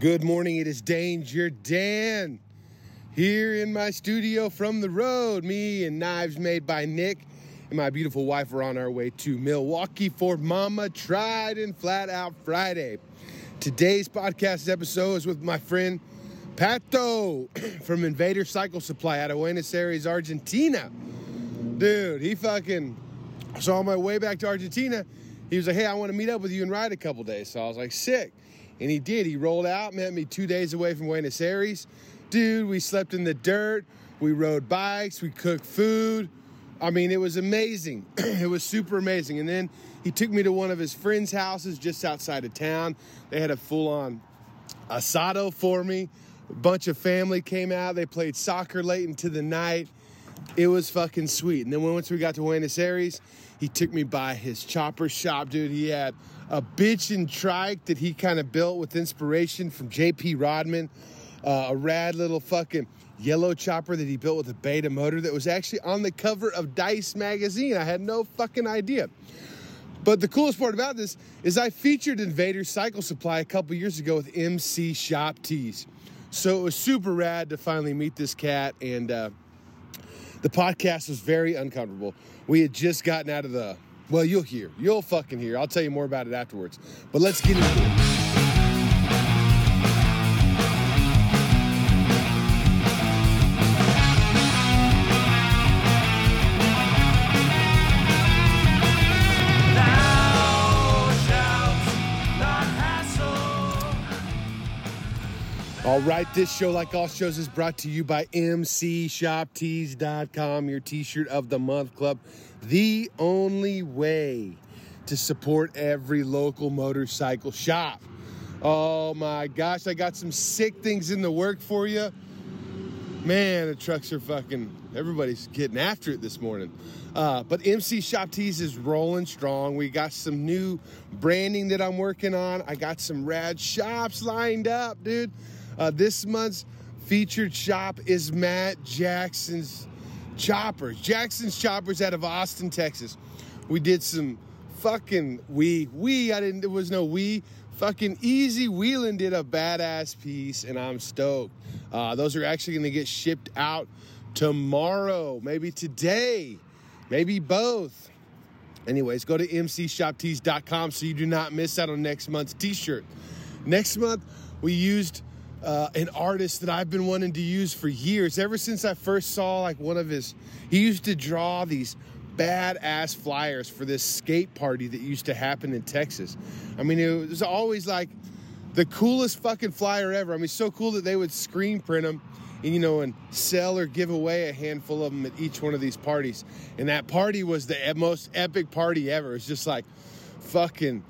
Good morning. It is Danger Dan here in my studio from the road. Me and Knives Made by Nick and my beautiful wife are on our way to Milwaukee for Mama Tried and Flat Out Friday. Today's podcast episode is with my friend Pato from Invader Cycle Supply out of Buenos Aires, Argentina. Dude, he fucking. So on my way back to Argentina, he was like, "Hey, I want to meet up with you and ride a couple days." So I was like, "Sick," and he did. He rolled out, met me two days away from Buenos Aires. Dude, we slept in the dirt. We rode bikes. We cooked food. I mean, it was amazing. it was super amazing. And then he took me to one of his friends' houses just outside of town. They had a full-on asado for me. A bunch of family came out. They played soccer late into the night. It was fucking sweet. And then once we got to Buenos Aires, he took me by his chopper shop, dude. He had a bitchin' trike that he kind of built with inspiration from J.P. Rodman, uh, a rad little fucking yellow chopper that he built with a beta motor that was actually on the cover of Dice magazine. I had no fucking idea. But the coolest part about this is I featured Invader Cycle Supply a couple years ago with MC Shop Tees. So it was super rad to finally meet this cat and uh, the podcast was very uncomfortable. We had just gotten out of the. Well, you'll hear. You'll fucking hear. I'll tell you more about it afterwards. But let's get into it. All right, this show, like all shows, is brought to you by MCShopTees.com, your t shirt of the month club. The only way to support every local motorcycle shop. Oh my gosh, I got some sick things in the work for you. Man, the trucks are fucking. Everybody's getting after it this morning. Uh, but MC Shop Tees is rolling strong. We got some new branding that I'm working on. I got some rad shops lined up, dude. Uh, this month's featured shop is Matt Jackson's Choppers. Jackson's Choppers out of Austin, Texas. We did some fucking we we I didn't there was no we fucking easy wheeling did a badass piece and I'm stoked. Uh, those are actually going to get shipped out tomorrow, maybe today, maybe both. Anyways, go to mcshoptees.com so you do not miss out on next month's t-shirt. Next month we used uh, an artist that I've been wanting to use for years. Ever since I first saw like one of his, he used to draw these badass flyers for this skate party that used to happen in Texas. I mean, it was always like the coolest fucking flyer ever. I mean, so cool that they would screen print them, and, you know, and sell or give away a handful of them at each one of these parties. And that party was the e- most epic party ever. It's just like fucking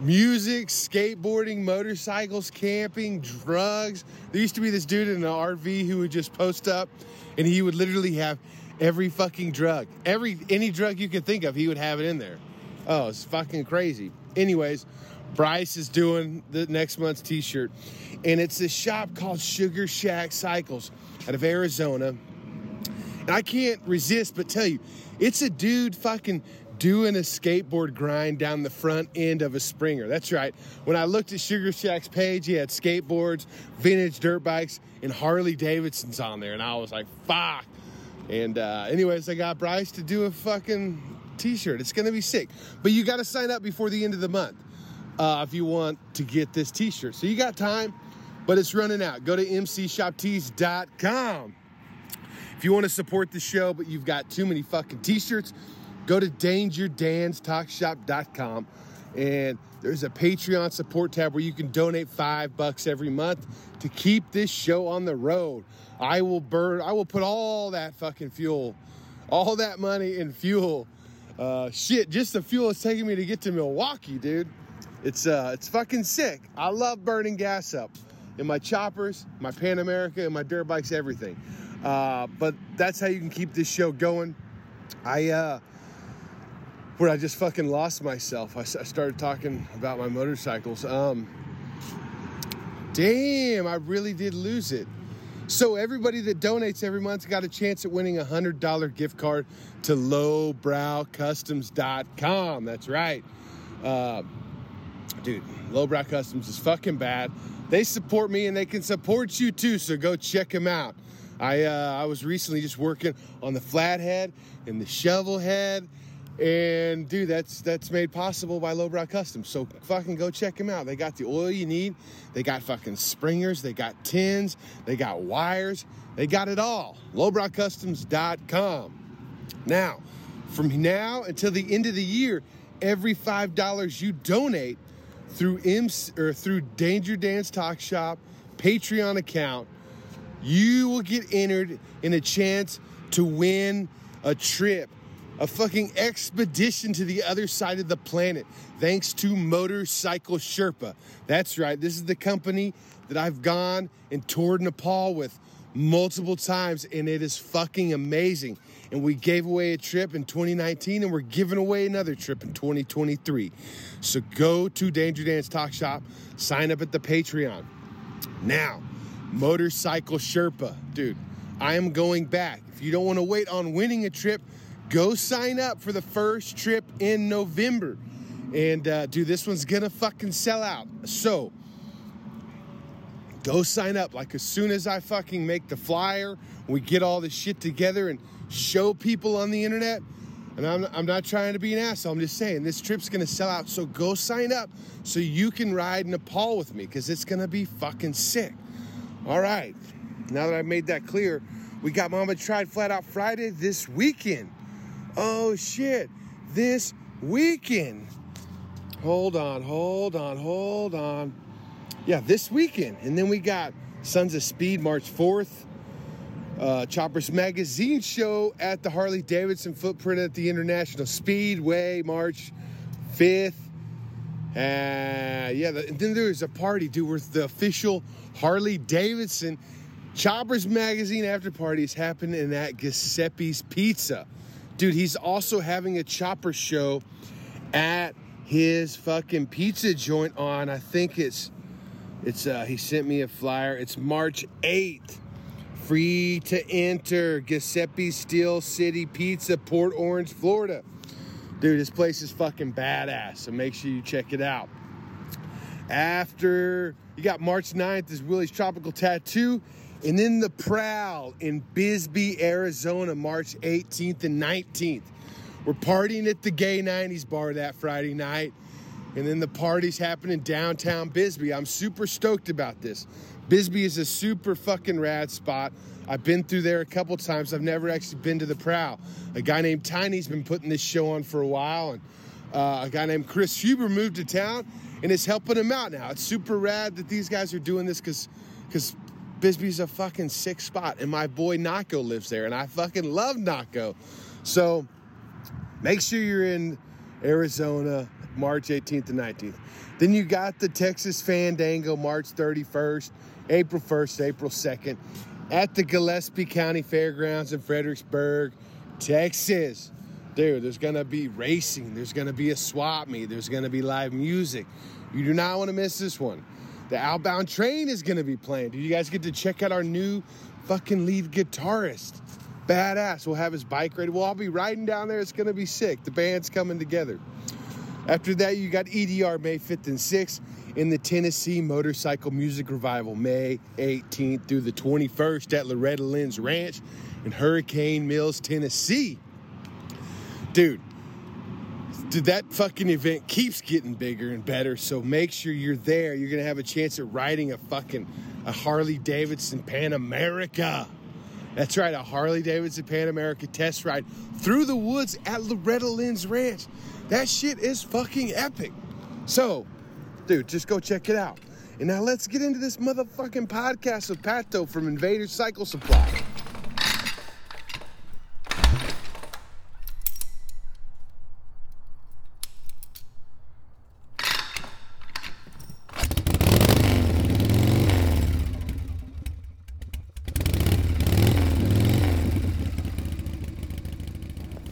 music, skateboarding, motorcycles, camping, drugs. There used to be this dude in an RV who would just post up and he would literally have every fucking drug. Every any drug you could think of, he would have it in there. Oh, it's fucking crazy. Anyways, Bryce is doing the next month's t-shirt and it's this shop called Sugar Shack Cycles out of Arizona. And I can't resist but tell you, it's a dude fucking doing a skateboard grind down the front end of a Springer. That's right. When I looked at Sugar Shack's page, he had skateboards, vintage dirt bikes, and Harley Davidsons on there. And I was like, fuck. And uh, anyways, I got Bryce to do a fucking t-shirt. It's gonna be sick. But you gotta sign up before the end of the month uh, if you want to get this t-shirt. So you got time, but it's running out. Go to mcshoptees.com. If you want to support the show, but you've got too many fucking t-shirts, go to dangerdanstalkshop.com and there's a Patreon support tab where you can donate five bucks every month to keep this show on the road. I will burn, I will put all that fucking fuel, all that money in fuel. Uh, shit, just the fuel it's taking me to get to Milwaukee, dude. It's uh, it's fucking sick. I love burning gas up in my choppers, my Pan America, and my dirt bikes, everything. Uh, but that's how you can keep this show going. I uh, where I just fucking lost myself. I, s- I started talking about my motorcycles. Um, damn, I really did lose it. So everybody that donates every month's got a chance at winning a hundred dollar gift card to lowbrowcustoms.com. That's right. Uh, dude, Lowbrow Customs is fucking bad. They support me and they can support you too, so go check them out. I uh, I was recently just working on the flathead and the shovel head, and dude, that's that's made possible by Lowbrow Customs. So fucking go check them out. They got the oil you need. They got fucking springers. They got tins. They got wires. They got it all. LowbrowCustoms.com. Now, from now until the end of the year, every five dollars you donate through IMS or through Danger Dance Talk Shop Patreon account, you will get entered in a chance to win a trip, a fucking expedition to the other side of the planet, thanks to Motorcycle Sherpa. That's right, this is the company that I've gone and toured Nepal with multiple times, and it is fucking amazing. And we gave away a trip in 2019, and we're giving away another trip in 2023. So go to Danger Dance Talk Shop, sign up at the Patreon. Now, Motorcycle Sherpa, dude, I am going back. If you don't want to wait on winning a trip, go sign up for the first trip in November. And uh, dude, this one's gonna fucking sell out. So, go sign up. Like as soon as I fucking make the flyer, we get all this shit together and show people on the internet. And I'm, I'm not trying to be an asshole. I'm just saying this trip's gonna sell out. So go sign up so you can ride Nepal with me because it's gonna be fucking sick. All right. Now that I've made that clear, we got Mama Tried Flat Out Friday this weekend. Oh shit. This weekend. Hold on, hold on, hold on yeah, this weekend. And then we got Sons of Speed March 4th, uh, Choppers Magazine Show at the Harley Davidson Footprint at the International Speedway March 5th. Uh, yeah, the, and then there was a party, dude, with the official Harley Davidson Choppers Magazine after party is happening and at Giuseppe's Pizza. Dude, he's also having a chopper show at his fucking pizza joint on, I think it's it's uh, he sent me a flyer. It's March 8th. Free to enter Giuseppe Steel City Pizza, Port Orange, Florida. Dude, this place is fucking badass. So make sure you check it out. After you got March 9th is Willie's Tropical Tattoo. And then the Prowl in Bisbee, Arizona, March 18th and 19th. We're partying at the Gay 90s Bar that Friday night. And then the party's happening downtown Bisbee. I'm super stoked about this. Bisbee is a super fucking rad spot. I've been through there a couple times. I've never actually been to the Prowl. A guy named Tiny's been putting this show on for a while, and uh, a guy named Chris Huber moved to town and is helping him out now. It's super rad that these guys are doing this because because Bisbee's a fucking sick spot, and my boy Naco lives there, and I fucking love Naco. So make sure you're in Arizona. March 18th and 19th. Then you got the Texas Fandango March 31st, April 1st, April 2nd at the Gillespie County Fairgrounds in Fredericksburg, Texas. Dude, there's gonna be racing, there's gonna be a swap meet, there's gonna be live music. You do not wanna miss this one. The Outbound Train is gonna be playing. Dude, you guys get to check out our new fucking lead guitarist. Badass. We'll have his bike ready. We'll all be riding down there. It's gonna be sick. The band's coming together. After that, you got EDR May 5th and 6th in the Tennessee Motorcycle Music Revival May 18th through the 21st at Loretta Lynn's Ranch in Hurricane Mills, Tennessee. Dude, dude, that fucking event keeps getting bigger and better, so make sure you're there. You're gonna have a chance at riding a fucking a Harley Davidson Pan America. That's right, a Harley Davidson Pan America test ride through the woods at Loretta Lynn's Ranch. That shit is fucking epic. So, dude, just go check it out. And now let's get into this motherfucking podcast with Pato from Invader Cycle Supply.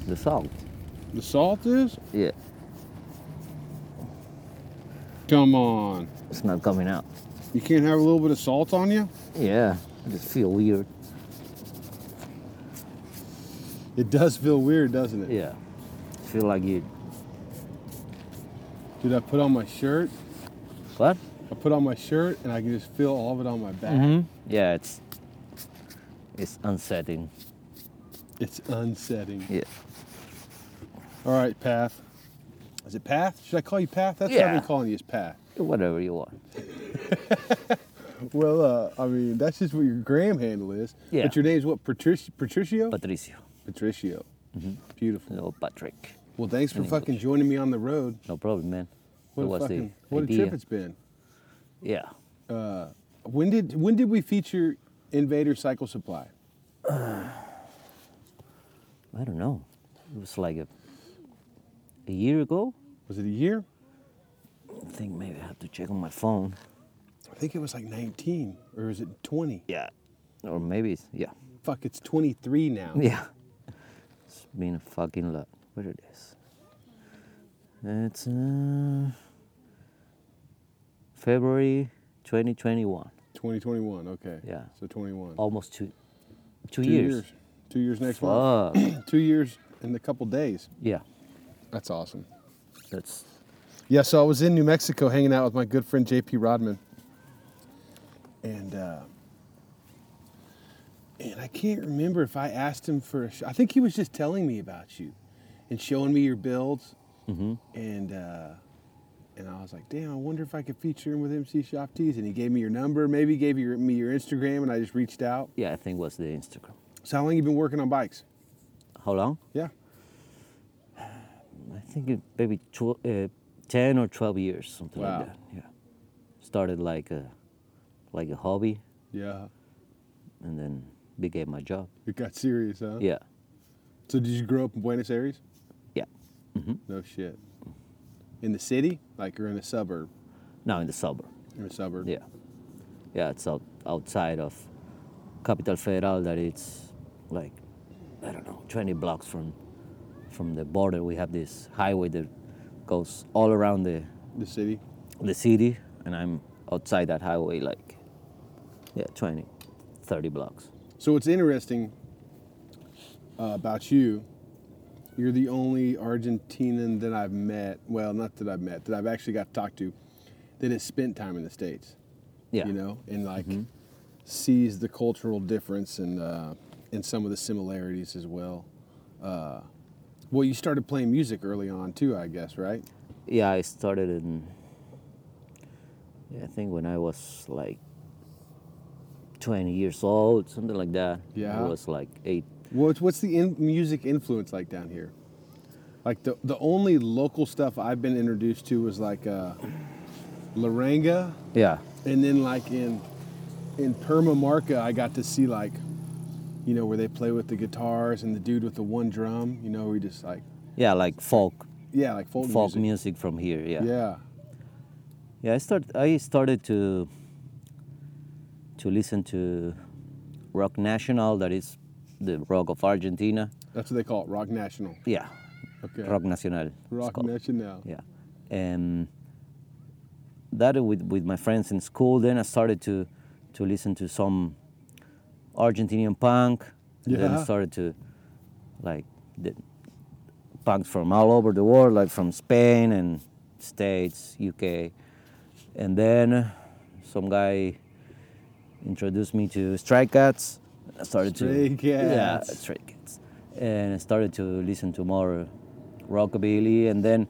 The salt. The salt is? Yeah. Come on. It's not coming out. You can't have a little bit of salt on you? Yeah. I just feel weird. It does feel weird, doesn't it? Yeah. Feel like you. Dude, I put on my shirt What? I put on my shirt and I can just feel all of it on my back. Yeah, it's it's unsettling. It's unsetting. Yeah. All right, Path. Is it Path? Should I call you Path? That's what I've Yeah. been calling you is Path. Whatever you want. Well, uh, I mean, that's just what your gram handle is. Yeah. But your name's what? Patrici- Patricio? Patricio. Patricio. Mm-hmm. Beautiful. No Patrick. Well, thanks for In fucking joining me on the road. No problem, man. What That a was the fucking what a idea. trip it's been. Yeah. When did when did we feature Invader Cycle Supply? I don't know. It was like a a year ago. Was it a year? I think maybe I have to check on my phone. I think it was like 19 or is it 20? Yeah. Or maybe it's yeah. Fuck, it's 23 now. Yeah. It's been a fucking lot. Where it is? It's uh, February 2021. 2021. Okay. Yeah. So 21. Almost two, two Two years. Two years next month. Fuck. Two years in a couple days. yeah. That's awesome. That's Yeah, so I was in New Mexico hanging out with my good friend JP Rodman. And uh, and I can't remember if I asked him for a sh- I think he was just telling me about you and showing me your builds. And uh, and I was like, "Damn, I wonder if I could feature him with MC Shop Tees." And he gave me your number, maybe he gave your, me your Instagram, and I just reached out. yeah. I think was the Instagram. So how long you been working on bikes? How long? Yeah, I think it maybe tw- uh, ten or twelve years, something Wow. like that. Yeah. Started like a like a hobby, yeah. and then became my job. It got serious, huh? Yeah. So did you grow up in Buenos Aires? Yeah. No shit. In the city? Like you're in a suburb. Now in the suburb. You're in a suburb. Yeah, yeah, it's out, outside of Capital Federal. That it's like I don't know, 20 blocks from from the border. We have this highway that goes all around the The city. the city, and I'm outside that highway, like yeah, 20, 30 blocks. So what's interesting uh, about you, you're the only Argentinian that I've met, well, not that I've met, that I've actually got to talk to, that has spent time in the States. Yeah, Mm-hmm. You know, and like sees the cultural difference and uh, and some of the similarities as well. Uh, well, you started playing music early on too, I guess, right? yeah. I started in yeah, I think when I was like 20 years old, something like that. Yeah. I was like eight. What's what's the in, music influence like down here? Like the the only local stuff I've been introduced to was like uh, Laranga, Yeah, and then like in in Permamarca, I got to see like you know where they play with the guitars and the dude with the one drum. You know, we just like yeah, like folk. yeah, like folk, folk music. music. from here. Yeah. Yeah, Yeah, I start. I started to to listen to rock national. That is the rock of Argentina. that's what they call it, rock national. Yeah, Okay, rock nacional. it's rock called. national. Yeah, and that with with my friends in school. Then I started to to listen to some Argentinian punk. And Then I Yeah. started to like the punks from all over the world, like from Spain and States, UK, and then some guy introduced me to Stray Cats. I started Stray to yeah, Cats. Stray Cats, and I started to listen to more rockabilly, and then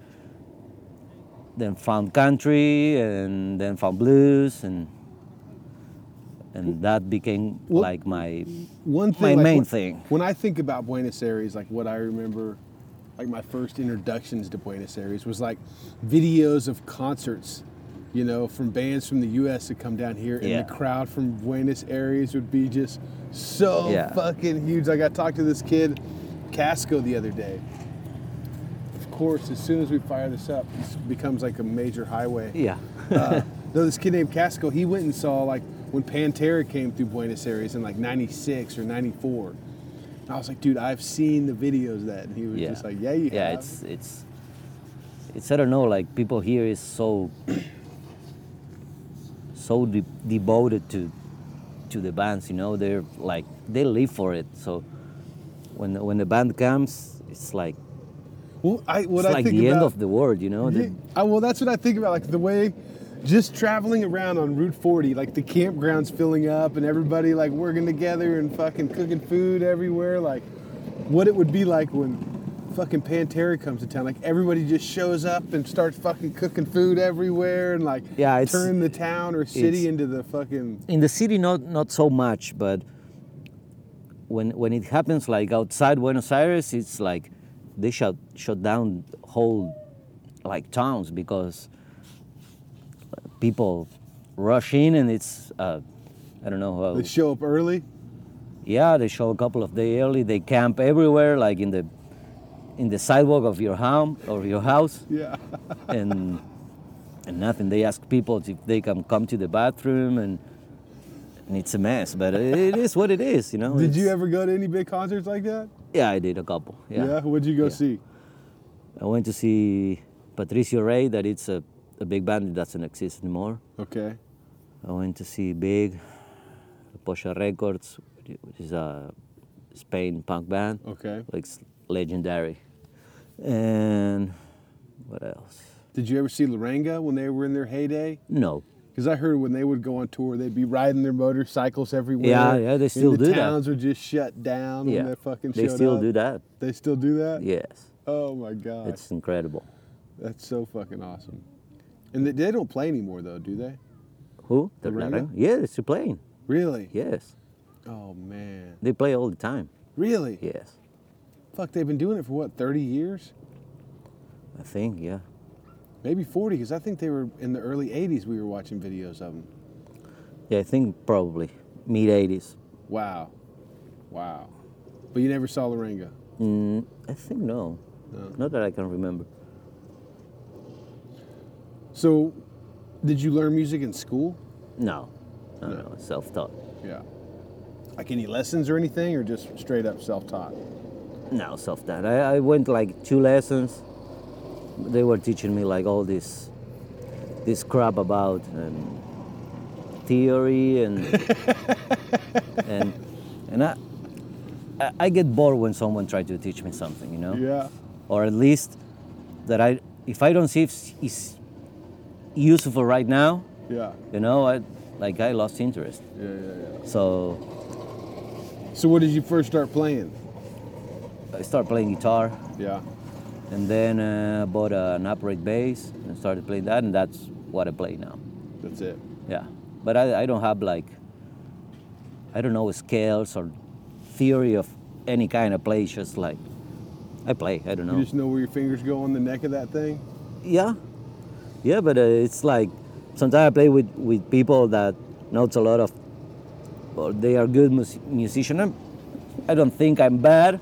then found country, and then found blues, and and that became Well- like my one thing, My like, main when- thing. When I think about Buenos Aires, like what I remember, like my first introductions to Buenos Aires was like videos of concerts, you know, from bands from the U.S. that come down here, and Yeah. the crowd from Buenos Aires would be just so Yeah. fucking huge. Like I talked to this kid, Casco, the other day. Of course, as soon as we fire this up, it becomes like a major highway. yeah Uh, no, this kid named Casco, he went and saw like when Pantera came through Buenos Aires in like '96 or '94. And I was like, dude, I've seen the videos of that, and he was yeah just like, yeah, you yeah have. it's it's it's I don't know like people here is so so de- devoted to to the bands you know they're like they live for it so when the, when the band comes it's like well, I, what it's I like think the about, end of the world you know Yeah, They- I, well, that's what I think about, like the way just traveling around on Route 40, like the campgrounds filling up and everybody like working together and fucking cooking food everywhere, like what it would be like when fucking Pantera comes to town. Like everybody just shows up and starts fucking cooking food everywhere and like Yeah, it's- turn the town or it's- city into the fucking in the city not not so much but when when it happens like outside buenos aires it's like they shut shut down whole like towns because people rush in and it's uh, i don't know how they show up early. yeah they show a couple of days early they camp everywhere like in the in the sidewalk of your home or your house Yeah. and and nothing. They ask people if they can come to the bathroom, and and it's a mess. But it is what it is, you know. Did you it's- ever go to any big concerts like that? Yeah, I did a couple. Yeah, What'd you go Yeah. see? I went to see Patricio Rey. That it's a, a big band that doesn't exist anymore. Okay. I went to see Big, Posha Records, which is a Spain punk band. Okay. like s- legendary. And what else? Did you ever see Laranga when they were in their heyday? No, Because I heard when they would go on tour, they'd be riding their motorcycles everywhere. Yeah, yeah, they and still the do that. towns would just shut down when yeah, they fucking they showed still up. do that. They still do that? Yes, Oh my god. it's incredible. That's so fucking awesome. And they, they don't play anymore though, do they? Who? The The Rango? Rango? Yeah, it's playing. Really? Yes. Oh man. They play all the time. Really? Yes. Fuck, they've been doing it for what, 30 years? I think, yeah. Maybe 40 cuz I think they were in the early 80s we were watching videos of them. Yeah, I think probably mid 80s. Wow. Wow. But you never saw Laranga. Mm, I think no. No. Not that I can remember. So, did you learn music in school? No. No, No. no, self taught. Yeah. Like any lessons or anything, or just straight up self taught? No, self taught. I, I went like two lessons. They were teaching me like all this this crap about um, theory and and and I, I I get bored when someone tries to teach me something, you know? Yeah. or at least that I, if I don't see if it's- it's useful right now, Yeah. you know, I, like I lost interest. Yeah, yeah, yeah. So So, what did you first start playing? I started playing guitar, Yeah. and then uh, bought an upright bass and started playing that, and that's what I play now. That's it. Yeah, but I, I don't have like, I don't know scales or theory of any kind of play. It's just like I play. I don't know. You just know where your fingers go on the neck of that thing? Yeah, yeah, but uh, it's like sometimes I play with, with people that knows a lot of, or they are good mus- musician. I'm, I don't think I'm bad,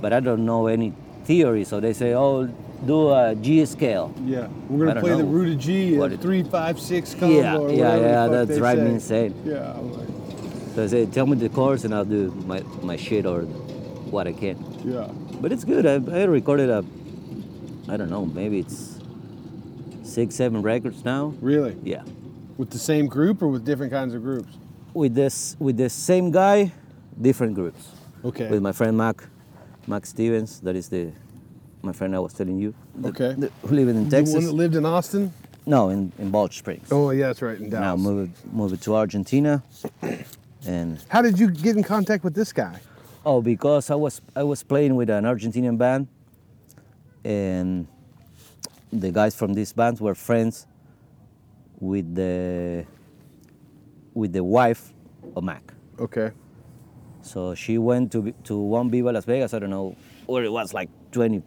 but I don't know any theory. So they say, oh, do a G scale. Yeah. We're going to I don't play the know root of G uh, what and it- 356 combo. Yeah, or yeah, whatever the yeah, fuck that's they drive me say. insane. Yeah. I'm like, So I say, tell me the chords and I'll do my, my shit or what I can. yeah. But it's good. I, I recorded a, I don't know, maybe it's six, seven records now. Really? Yeah. With the same group or with different kinds of groups? with this with the same guy, different groups. Okay. With my friend Mac, Mac Stevens, that is the my friend I was telling you. the- Okay. the- who living in The one Texas? that lived in Austin? no, in in Balch Springs. Oh, yeah, that's right. In now Dallas. moved moved to Argentina, and How did you get in contact with this guy? oh, because I was I was playing with an Argentinian band, and the guys from this band were friends with the with the wife of Mac. Okay. So she went to to one Viva Las Vegas. I don't know where it was, like 20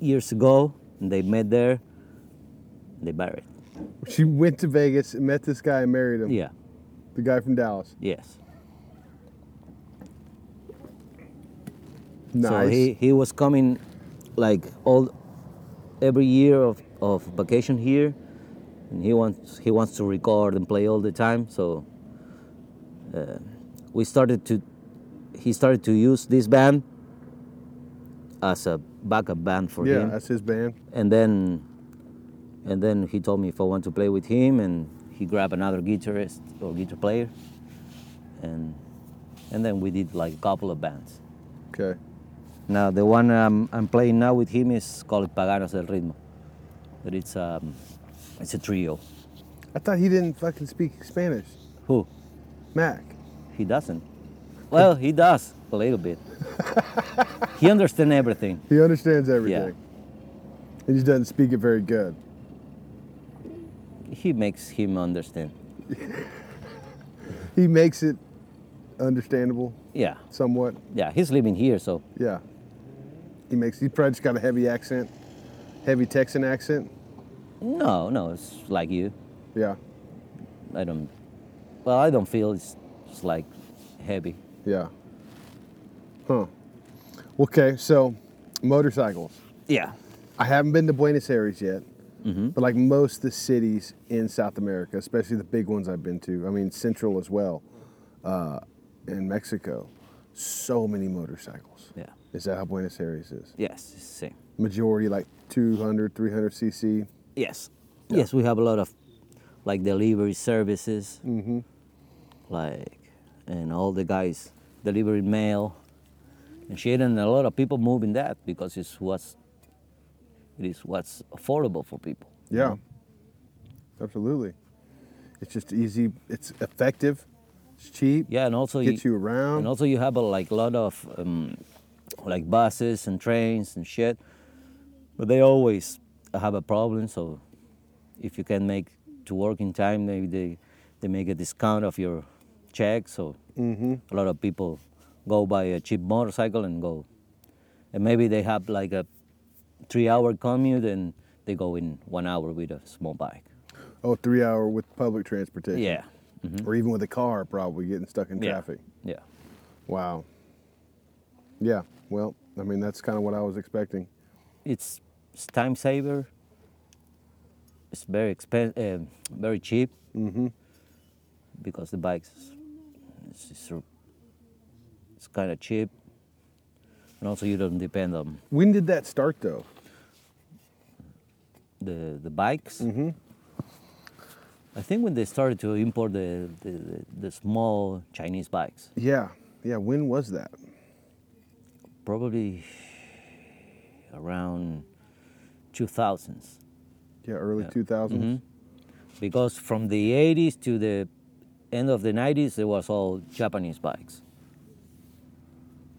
years ago. And they met there. They married. She went to Vegas and met this guy and married him. Yeah. The guy from Dallas. Yes. Nice. So he, he was coming, like all every year of, of vacation here, and he wants he wants to record and play all the time. So uh, we started to he started to use this band as a backup band for yeah, him. that's his band. and then and then he told me if I want to play with him, and he grabbed another guitarist or guitar player, and and then we did like a couple of bands. Okay. Now the one um, I'm playing now with him is called Paganos del Ritmo, but it's um, it's a trio. I thought he didn't fucking speak Spanish. Who? Mac. He doesn't. Well, he does a little bit. he understands everything. He understands everything. He just doesn't speak it very good. He makes him understand. He makes it understandable Yeah, somewhat. yeah. He's living here, so Yeah. He makes he probably just got a heavy accent. Heavy Texan accent. no, no. It's like you. Yeah. I don't. Well, I don't feel it's, it's like heavy. Yeah. Huh. Okay, so motorcycles. Yeah. I haven't been to Buenos Aires yet, Mm-hmm. but like most of the cities in South America, especially the big ones I've been to, I mean, Central as well, uh, in Mexico, so many motorcycles. Yeah. Is that how Buenos Aires is? Yes. It's the same. Majority like 200, 300 cc. Yes. Yes, we have a lot of like delivery services. Mm-hmm. Like, and all the guys delivering mail and shit, and a lot of people moving that because it's what's it is what's affordable for people. Yeah, absolutely. It's just easy, it's effective, it's cheap, Yeah, and also gets you And around. also you have a like lot of um, like buses and trains and shit, but they always have a problem. So if you can make to work in time, maybe they they make a discount of your check. So a lot of people go buy a cheap motorcycle and go, and maybe they have like a three-hour commute and they go in one hour with a small bike. Oh, three hour with public transportation. Yeah, Mm-hmm. Or even with a car, probably getting stuck in Yeah. traffic. yeah, Wow. Yeah. Well, I mean, that's kind of what I was expecting. it's, it's time saver. It's very expensive, uh, very cheap. Because the bikes, it's, it's, r- it's kind of cheap, and also you don't depend on When did that start, though? the the bikes. I think when they started to import the the, the, the small Chinese bikes, Yeah. Yeah. When was that? probably around 2000s. Yeah. Early Yeah. Mm-hmm. 2000s. because from the 80s to the end of the 90s it was all japanese bikes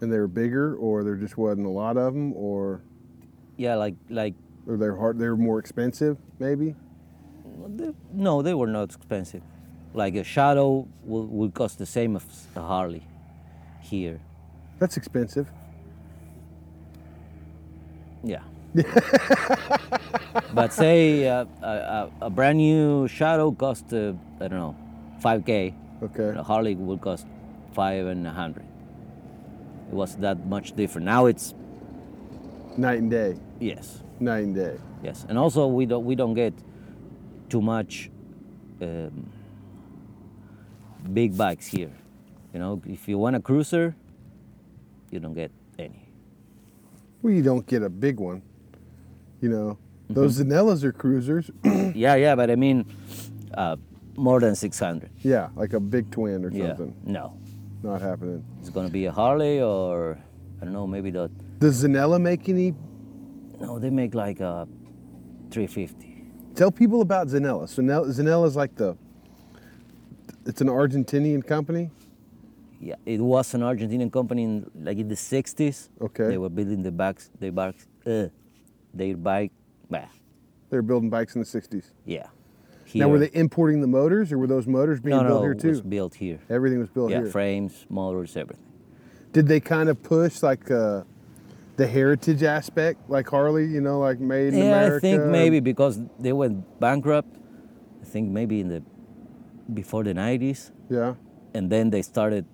And they were bigger, or there just wasn't a lot of them, or, yeah like like or they're hard. They were more expensive, maybe. they- no they were not expensive like a shadow will, will cost the same as a harley here That's expensive. yeah but say uh, a, a, a brand new shadow cost uh, i don't know 5k Okay. a harley will cost five and a hundred it was that much different now it's Night and day. yes Night and day. Yes, and also we don't we don't get too much um, big bikes here. You know, if you want a cruiser, you don't get any. Well, you don't get a big one. You know, Mm-hmm. those Zanellas are cruisers. yeah, yeah, but I mean, uh, more than 600. yeah, like a big twin or Yeah, something. no, Not happening. it's gonna be a Harley or I don't know, maybe the Does Zanella make any no, they make like a 350. Tell people about Zanella. So now Zanella is like the. It's an Argentinian company. Yeah, it was an Argentinian company in like in the 60s. Okay. they were building the bikes, their bikes, uh, their bike, bah, They were building bikes in the '60s. Yeah. Now, were Here. they importing the motors, or were those motors being no, no, built here it was too? built here. Everything was built yeah, here. frames, motors, everything. Did they kind of push like uh, the heritage aspect, like Harley? You know, like made in yeah, America. I think maybe because they went bankrupt. I think maybe in the before the 90s, Yeah. and then they started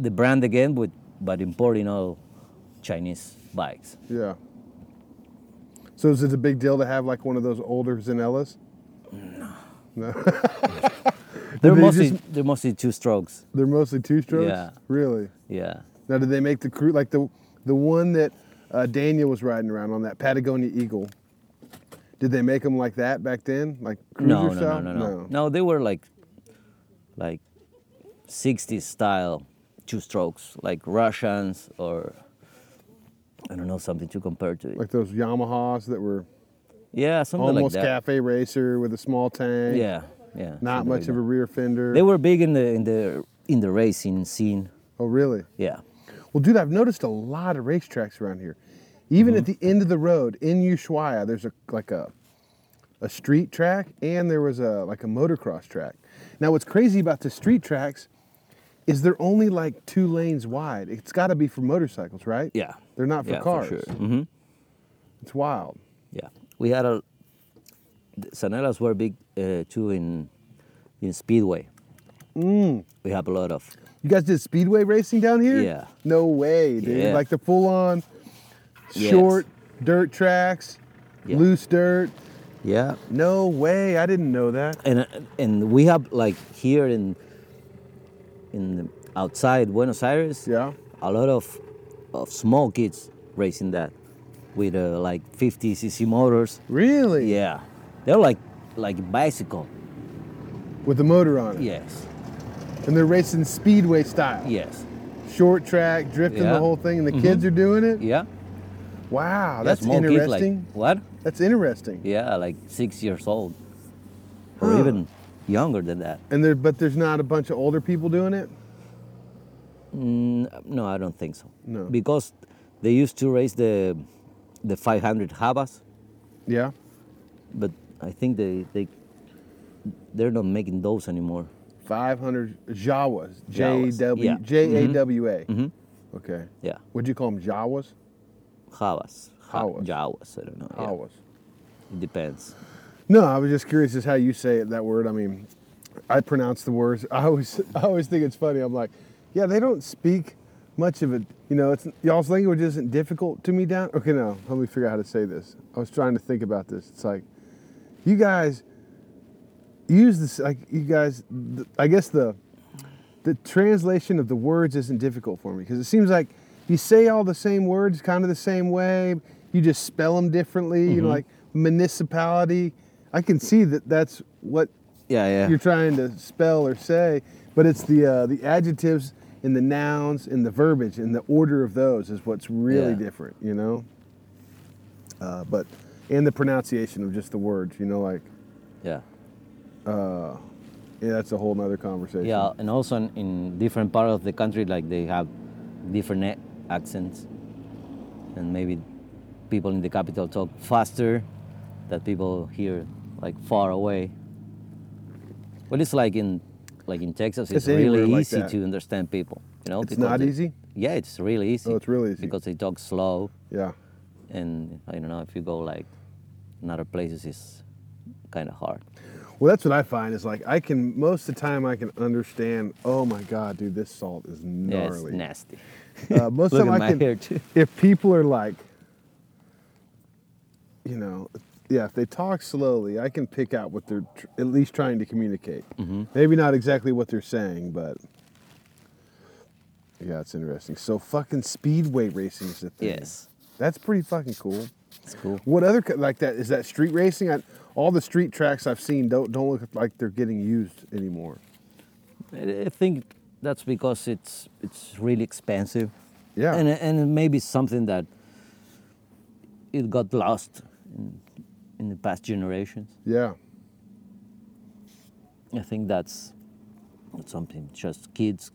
the brand again with but importing all Chinese bikes. Yeah. So is it a big deal to have like one of those older Zanellas? They're they mostly just- they're mostly two strokes. They're mostly two strokes. Yeah. Really. Yeah. Now, did they make the crew like the the one that uh, Daniel was riding around on that Patagonia Eagle? Did they make them like that back then, like cruiser No, no, no, style? no, no. No, they were like like 60s style two strokes, like Russians or I don't know something to compare to it. like those Yamahas that were Yeah, something Almost like that. cafe racer with a small tank. Yeah, yeah. Not something much like of a that. rear fender. They were big in the in the in the racing scene. oh, really? Yeah. Well, dude, I've noticed a lot of racetracks around here. Even Mm-hmm. at the end of the road in Ushuaia, there's a like a a street track and there was a like a motocross track. Now, what's crazy about the street tracks is they're only like two lanes wide. It's got to be for motorcycles, right? Yeah. They're not for yeah, cars. For sure. hmm It's wild. Yeah. We had a Sanelas were big uh, too in in speedway. Mm. We have a lot of You guys did speedway racing down here? Yeah. No way, dude. Yeah. Like the full on Yes. short dirt tracks, Yeah. loose dirt. yeah. No way. I didn't know that. and and we have like here in in the- outside Buenos Aires, Yeah. a lot of of small kids racing that with uh, like 50 cc motors. Really? Yeah, they're like like bicycle. With the motor on it. Yes, And they're racing speedway style. yes, Short track, drifting Yeah. Mm-hmm. the whole thing, and the kids are doing it. yeah. Wow, Yeah, that's small kids, like, interesting. what? that's interesting. Yeah, like six years old, or Huh. even younger than that. And there, but there's not a bunch of older people doing it. Mm, no, I don't think so. No. because they used to race the the 500 habas. Yeah. but I think they they they're not making those anymore. 500 Jawas. Jawas, yeah. Mm-hmm. J-W, J-A-W-A. Okay. Yeah, What'd you call them? Jawas? Javas, Ja- Jawas. Jawas. I don't know. Yeah, Jawas. It depends. No, I was just curious as how you say it, that word. I mean, I pronounce the words. I always, I always think it's funny. I'm like, yeah, they don't speak much of it. You know, it's y'all's language isn't difficult to me down. Okay, no, let me figure out how to say this. I was trying to think about this. It's like, you guys use this. Like, you guys, th- I guess the the translation of the words isn't difficult for me because it seems like you say all the same words kind of the same way you just spell them differently you Mm-hmm. know like municipality i can see that that's what Yeah, yeah. you're trying to spell or say but it's the uh, the adjectives and the nouns and the verbiage and the order of those is what's really Yeah. different you know uh, but and the pronunciation of just the words you know like yeah, yeah, that's a whole nother conversation yeah. And also in, in different part of the country, like they have different a- accents, and maybe people in the capital talk faster, that people here like far away. But it's like in like in Texas, It's it's, really anywhere like easy that. to understand people. You know, It's because not they- easy? Oh, Yeah, it's really easy. it's really easy. because they talk slow, yeah and I don't know if you go like in other places, it's kind of hard. Well, that's what I find is like I can most of the time I can understand. Oh my god, dude, this salt is Yeah, it's gnarly. nasty. Uh, most of Look the time at I my can. hair too. If people are like, you know, yeah, if they talk slowly, I can pick out what they're tr- at least trying to communicate. Mm-hmm. Maybe not exactly what they're saying, but yeah, it's interesting. So fucking speedway racing is a thing. Yes, that's pretty fucking cool. it's cool. What other co- like that is that street racing? I, all the street tracks I've seen don't don't look like they're getting used anymore. I I think that's because it's it's really expensive. Yeah. and and maybe something that it got lost in, in the past generations. Yeah. I think that's something just kids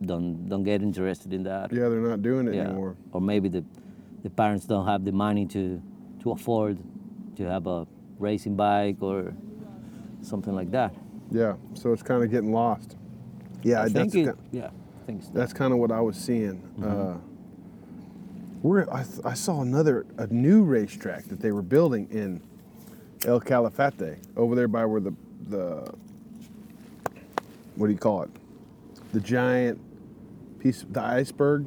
don't don't get interested in that. Yeah, they're not doing it anymore. Or maybe the, the parents don't have the money to, to afford to have a racing bike or something like that. Yeah. So it's kind of getting lost. Yeah, I that's think it, Mm-hmm. ki- yeah, I think so. that's kind of what I was seeing. Uh, we're I, th- I saw another a new racetrack that they were building in El Calafate over there by where the the what do you call it? The giant piece the iceberg.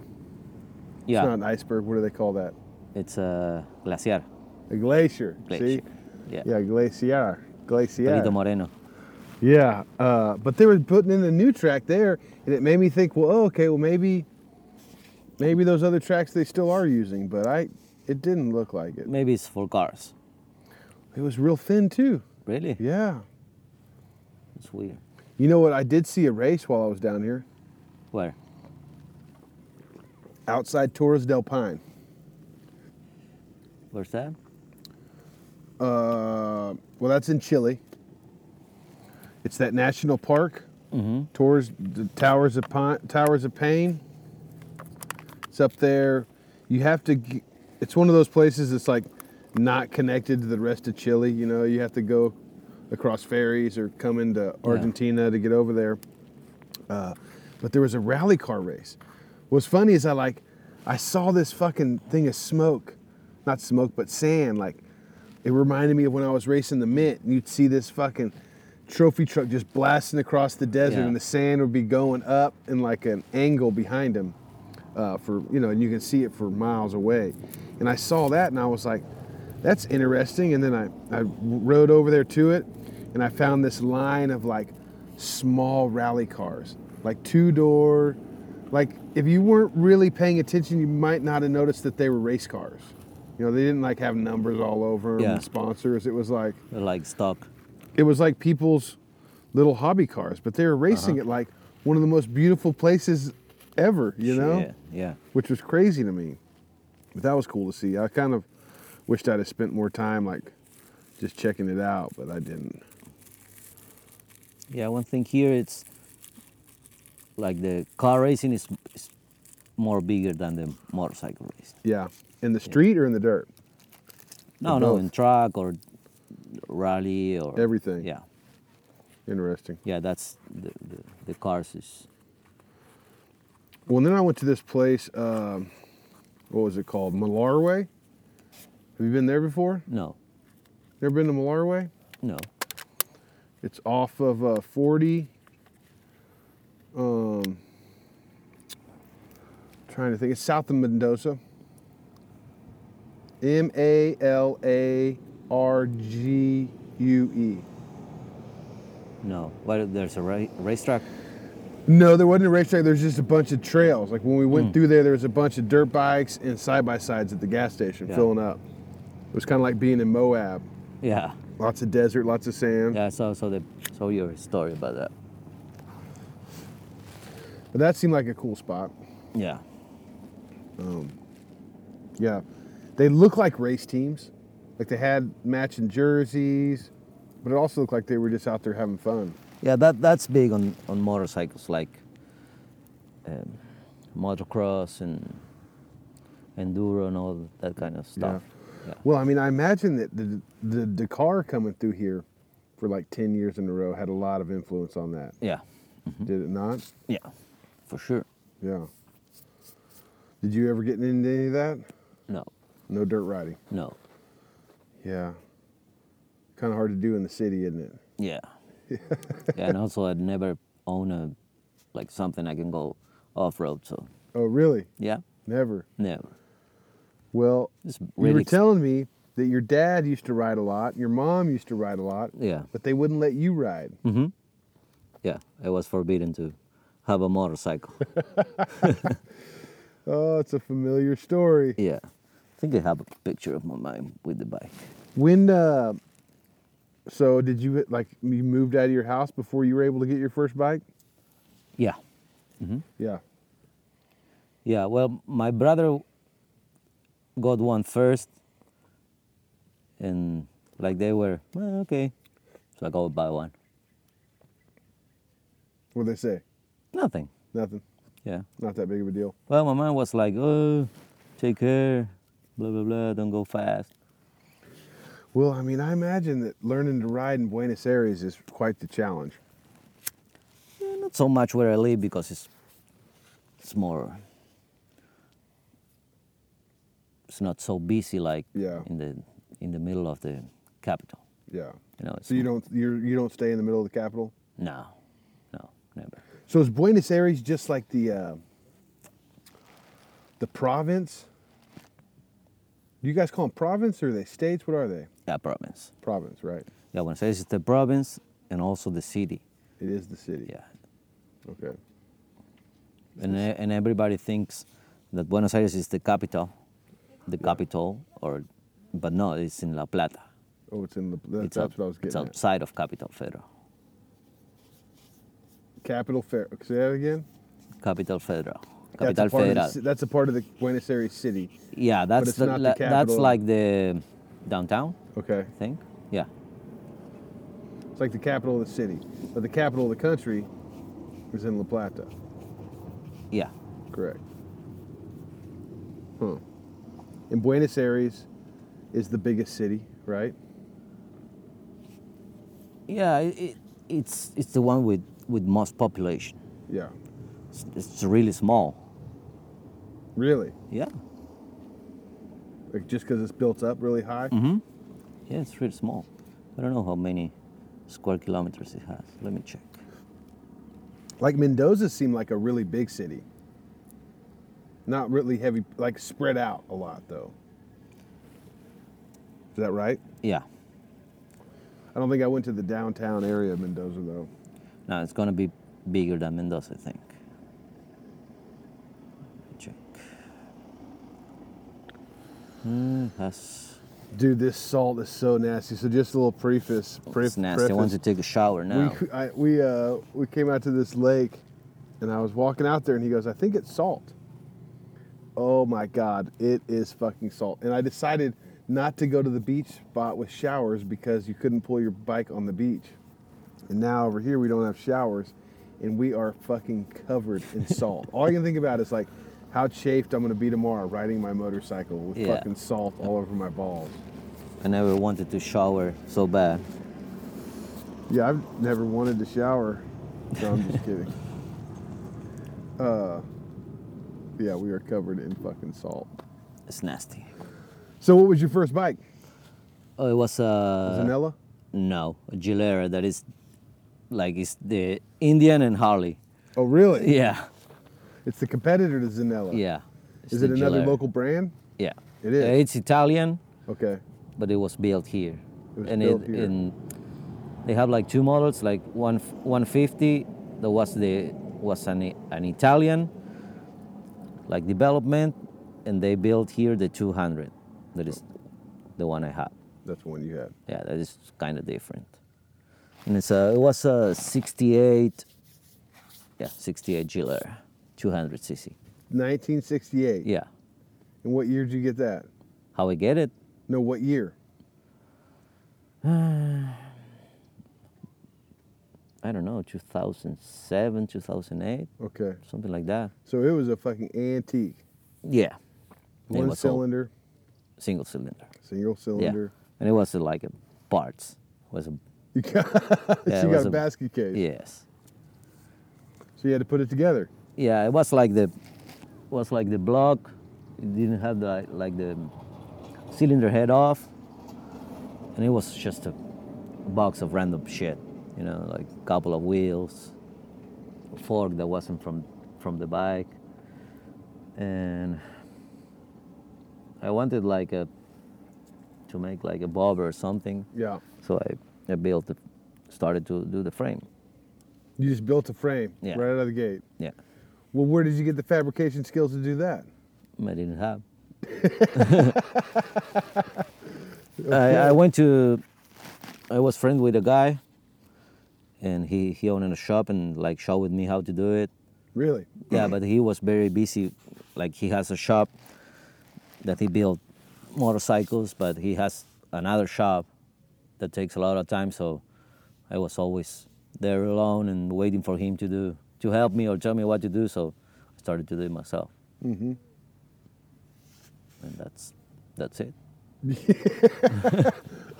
yeah, It's not an iceberg. What do they call that? it's a glaciar. A glacier. glacier. See? Yeah. Yeah, glacier. Glacier. Perito Moreno. Yeah, uh, but they were putting in a new track there, and it made me think, well, oh, okay, well maybe, maybe those other tracks they still are using, but I, it didn't look like it. Maybe it's for cars. It was real thin too. Really? Yeah. It's weird. You know what? I did see a race while I was down here Where? outside Torres del Pine. Where's that? Uh, well, that's in Chile. It's that national park. Tours, the Towers of Pine, Towers of Paine. It's up there. You have to. g- It's one of those places that's like not connected to the rest of Chile. You know, you have to go across ferries or come into Argentina to get over there. Uh, but there was a rally car race. What's funny is I like, I saw this fucking thing of smoke, not smoke, but sand. Like, it reminded me of when I was racing the Mint, and you'd see this fucking trophy truck just blasting across the desert, Yeah. and the sand would be going up in like an angle behind him uh, for you know, and you can see it for miles away. And I saw that, and I was like, "That's interesting." And then I I rode over there to it, and I found this line of like small rally cars, like two door, like if you weren't really paying attention, you might not have noticed that they were race cars. You know, they didn't like have numbers all over 'em Yeah. and sponsors. It was like like stock. it was like people's little hobby cars, but they were racing at like one of the most beautiful places ever. You know Yeah, yeah. which was crazy to me. But that was cool to see. I kind of wished I'd have spent more time like just checking it out, but I didn't. Yeah, one thing here it's like the car racing is, is more bigger than the motorcycle racing. Yeah, in the street or in the dirt, No, no, both. in track or rally or everything. Yeah, interesting. yeah, that's the, the, the cars is Well, and then I went to this place. Um, what was it called? Malarway. Have you been there before? no, Never been to Malarway? no. It's off of uh, 40. Um, trying to think. It's south of Mendoza. M A L A R G U E. No, but there's a ra- racetrack. No, there wasn't a racetrack. There's just a bunch of trails. Like when we Hmm. went through there, there was a bunch of dirt bikes and side by sides at the gas station Yeah. filling up. It was kind of like being in Moab. Yeah, Lots of desert, lots of sand. yeah. So, so the so your story about that. But that seemed like a cool spot. Yeah, Yeah. They look like race teams. Like they had matching jerseys, but it also looked like they were just out there having fun. yeah. That that's big on on motorcycles like um, motocross and enduro and all that kind of stuff. Yeah. Well, I mean, I imagine that the, the Dakar coming through here for like 10 years in a row had a lot of influence on that. Yeah, Did it not? yeah, for sure. Yeah. Did you ever get into any of that? No, No dirt riding. no. Yeah. Kind of hard to do in the city, isn't it? Yeah. yeah, and also I'd never own a like something I can go off road. So Oh, really? yeah, Never. never. Well, It's you were really ex- telling me that your dad used to ride a lot, your mom used to ride a lot. Yeah, Mm-hmm. but they wouldn't let you ride. yeah. I was forbidden to have a motorcycle. Oh, it's a familiar story. yeah, I think I have a picture of my mom with the bike. When uh so did you like you moved out of your house before you were able to get your first bike? Yeah, Yeah. yeah. Well, my brother got one first, and like they were well, okay, so I go buy one. What they say? Nothing. Nothing. Yeah. Not that big of a deal. Well, my mom was like, "Oh, take care, blah blah blah. Don't go fast." Well, I mean, I imagine that learning to ride in Buenos Aires is quite the challenge. Eh, Not so much where I live because it's it's more it's not so busy like Yeah. in the in the middle of the capital. Yeah. You know, it's So you don't you're you don't stay in the middle of the capital? no, no, never. So is Buenos Aires just like the uh the province? Do you guys call them province or are they states? What are they? Yeah, province. Province, right? Yeah, Buenos Aires is the province and also the city. It is the city. Yeah, Okay. and e- and everybody thinks that Buenos Aires is the capital, the capital, or but no, it's in La Plata. Oh, it's in the. That, it's that's out- what I was it's getting. At. outside of Capital Federal. Capital Fair. Say that again. Capital Federal. That's Capital a part of the Federal. ci- that's a part of the Buenos Aires city. Yeah, that's it's the, not the la- that's capital. like the downtown. Okay. I think. Yeah. It's like the capital of the city, but the capital of the country is in La Plata. Yeah. Correct. Huh. And Buenos Aires is the biggest city, right? Yeah. It, it, it's it's the one with with most population. Yeah. It's, it's really small. Really? Yeah. Like just because it's built up really high? Mm-hmm. Yeah, it's really small. I don't know how many square kilometers it has. Let me check. Like Mendoza seemed like a really big city. Not really heavy, like spread out a lot though. Is that right? Yeah. I don't think I went to the downtown area of Mendoza though. Now it's gonna be bigger than Mendoza, I think. Check. Hmm, that's Dude, this salt is so nasty. So just a little preface. pre- Oh, it's nasty. I want to preface. take a shower now. We I, we uh, we came out to this lake, and I was walking out there, and he goes, "I think it's salt." Oh my God, it is fucking salt. And I decided not to go to the beach spot with showers because you couldn't pull your bike on the beach. And now over here we don't have showers, and we are fucking covered in salt. All I can think about is like how chafed I'm gonna be tomorrow riding my motorcycle with Yeah. fucking salt all over my balls. I never wanted to shower so bad. Yeah, I've never wanted to shower. No, I'm just kidding. Uh, yeah, we are covered in fucking salt. It's nasty. So, what was your first bike? Oh, it was a Zanella? no a Gilera that is like it's the Indian and Harley. Oh, really? Yeah. It's the competitor to Zanella. Yeah. It's Is the it another Gilera. local brand? Yeah. It is. Uh, It's Italian, Okay. but it was built here. It was and built it, here. and they have like two models, like one f- 150 that was the was an I- an Italian like development, and they built here the 200. That is the one I have. That's the one you had. Yeah, that is kind of different. And it's a, it was a 68, yeah, 68 Giller, 200 cc. 1968. Yeah, And what year did you get that? how I get it? No, what year? I don't know, 2007, 2008, Okay. something like that. So, it was a fucking antique. Yeah. And it One was all cylinder, Single cylinder. single cylinder. Yeah. And it was uh, like a parts. Was a, You got, Yeah, it you was got a a- basket case. yes. So, you had to put it together. Yeah, it was like the was like the block. It didn't have the like the cylinder head off. And it was just a box of random shit, you know, like a couple of wheels, a fork that wasn't from from the bike. And I wanted like a to make like a bob or something. Yeah. So I, I built, the, started to do the frame. You just built a frame Yeah. right out of the gate. Yeah, Well, where did you get the fabrication skills to do that? I didn't have. I, I went to, I was friend with a guy, and he he owned a shop and like showed me how to do it. Really? Yeah, but he was very busy. Like he has a shop that he built motorcycles, but he has another shop that takes a lot of time. So I was always there alone and waiting for him to do to help me or tell me what to do. So I started to do it myself, Mm-hmm. and that's that's it.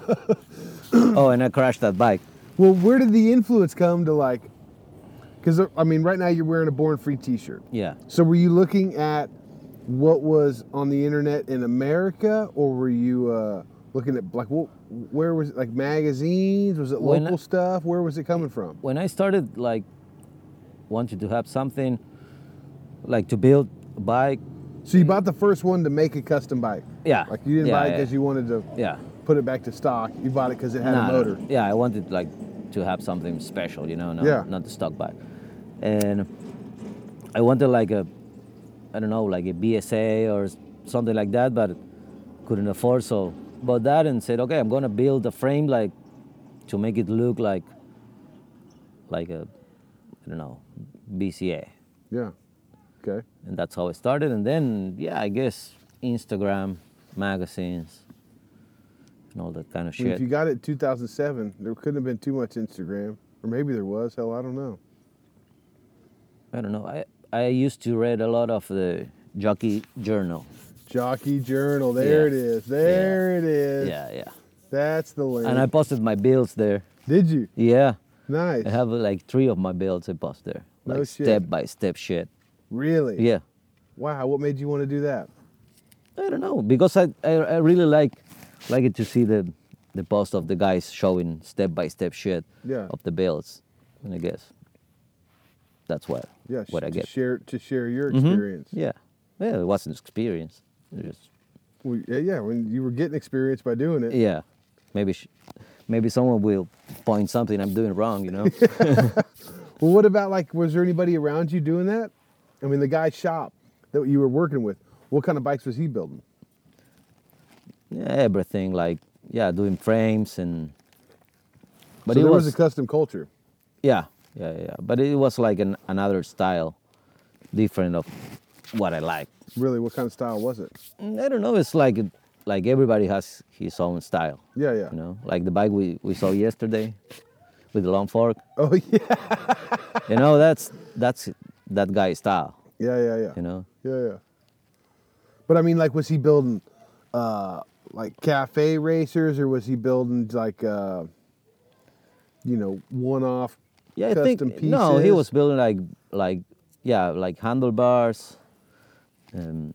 oh, and I crashed that bike. Well, where did the influence come to like? Because I mean, right now you're wearing a Born Free T-shirt. Yeah. So were you looking at what was on the internet in America, or were you uh, looking at like what? Where was it? Like magazines? Was it When- local stuff? Where was it coming from? when I started like wanting to have something like to build a bike, So you bought the first one to make a custom bike. yeah. Like you didn't yeah, buy it yeah, because you wanted to yeah. put it back to stock. You bought it because it had Nah, a no. motor. Yeah, I wanted like to have something special, you know, not, Yeah. not the stock bike. And I wanted like a, I don't know, like a BSA or s- something like that, but couldn't afford. So bought that and said, okay, I'm gonna build a frame like to make it look like, like a, I don't know, BCA. Yeah. Okay. and that's how it started. And then, yeah, I guess Instagram, magazines, and all that kind of I mean, shit. if you got it in 2007, there couldn't have been too much Instagram, or maybe there was. Hell, I don't know. I don't know. I I used to read a lot of the Jockey Journal. Jockey Journal. There Yeah. it is. There it is. Yeah, yeah. That's the link. And I posted my bills there. Did you? Yeah, Nice. I have like three of my bills I posted there, No like shit. step by step shit. Really? Yeah. Wow. What made you want to do that? I don't know because I, I, I really like like it to see the the post of the guys showing step by step shit Yeah. of the bills, and I guess that's what Yeah. sh- what to I get. Share to share your Mhm. experience. Yeah, yeah, it wasn't experience. It just Well, yeah. Yeah. When you were getting experience by doing it. yeah, maybe sh- maybe someone will point something I'm doing wrong, you know. Well, what about like? Was there anybody around you doing that? I mean, the guy's shop that you were working with. What kind of bikes was he building? yeah, everything like yeah, doing frames and but so it there was, was a custom culture. yeah yeah yeah, but it was like an, another style, different of what I like. Really, what kind of style was it? I don't know. It's like like everybody has his own style. Yeah, yeah. You know, like the bike we, we saw yesterday with the long fork. Oh yeah, You know, that's that's that guy's style. yeah, yeah, yeah. You know, Yeah, yeah. But I mean, like, was he building uh, like cafe racers, or was he building like uh, you know one-off? yeah. I custom think pieces? no, he was building like like yeah, like handlebars, and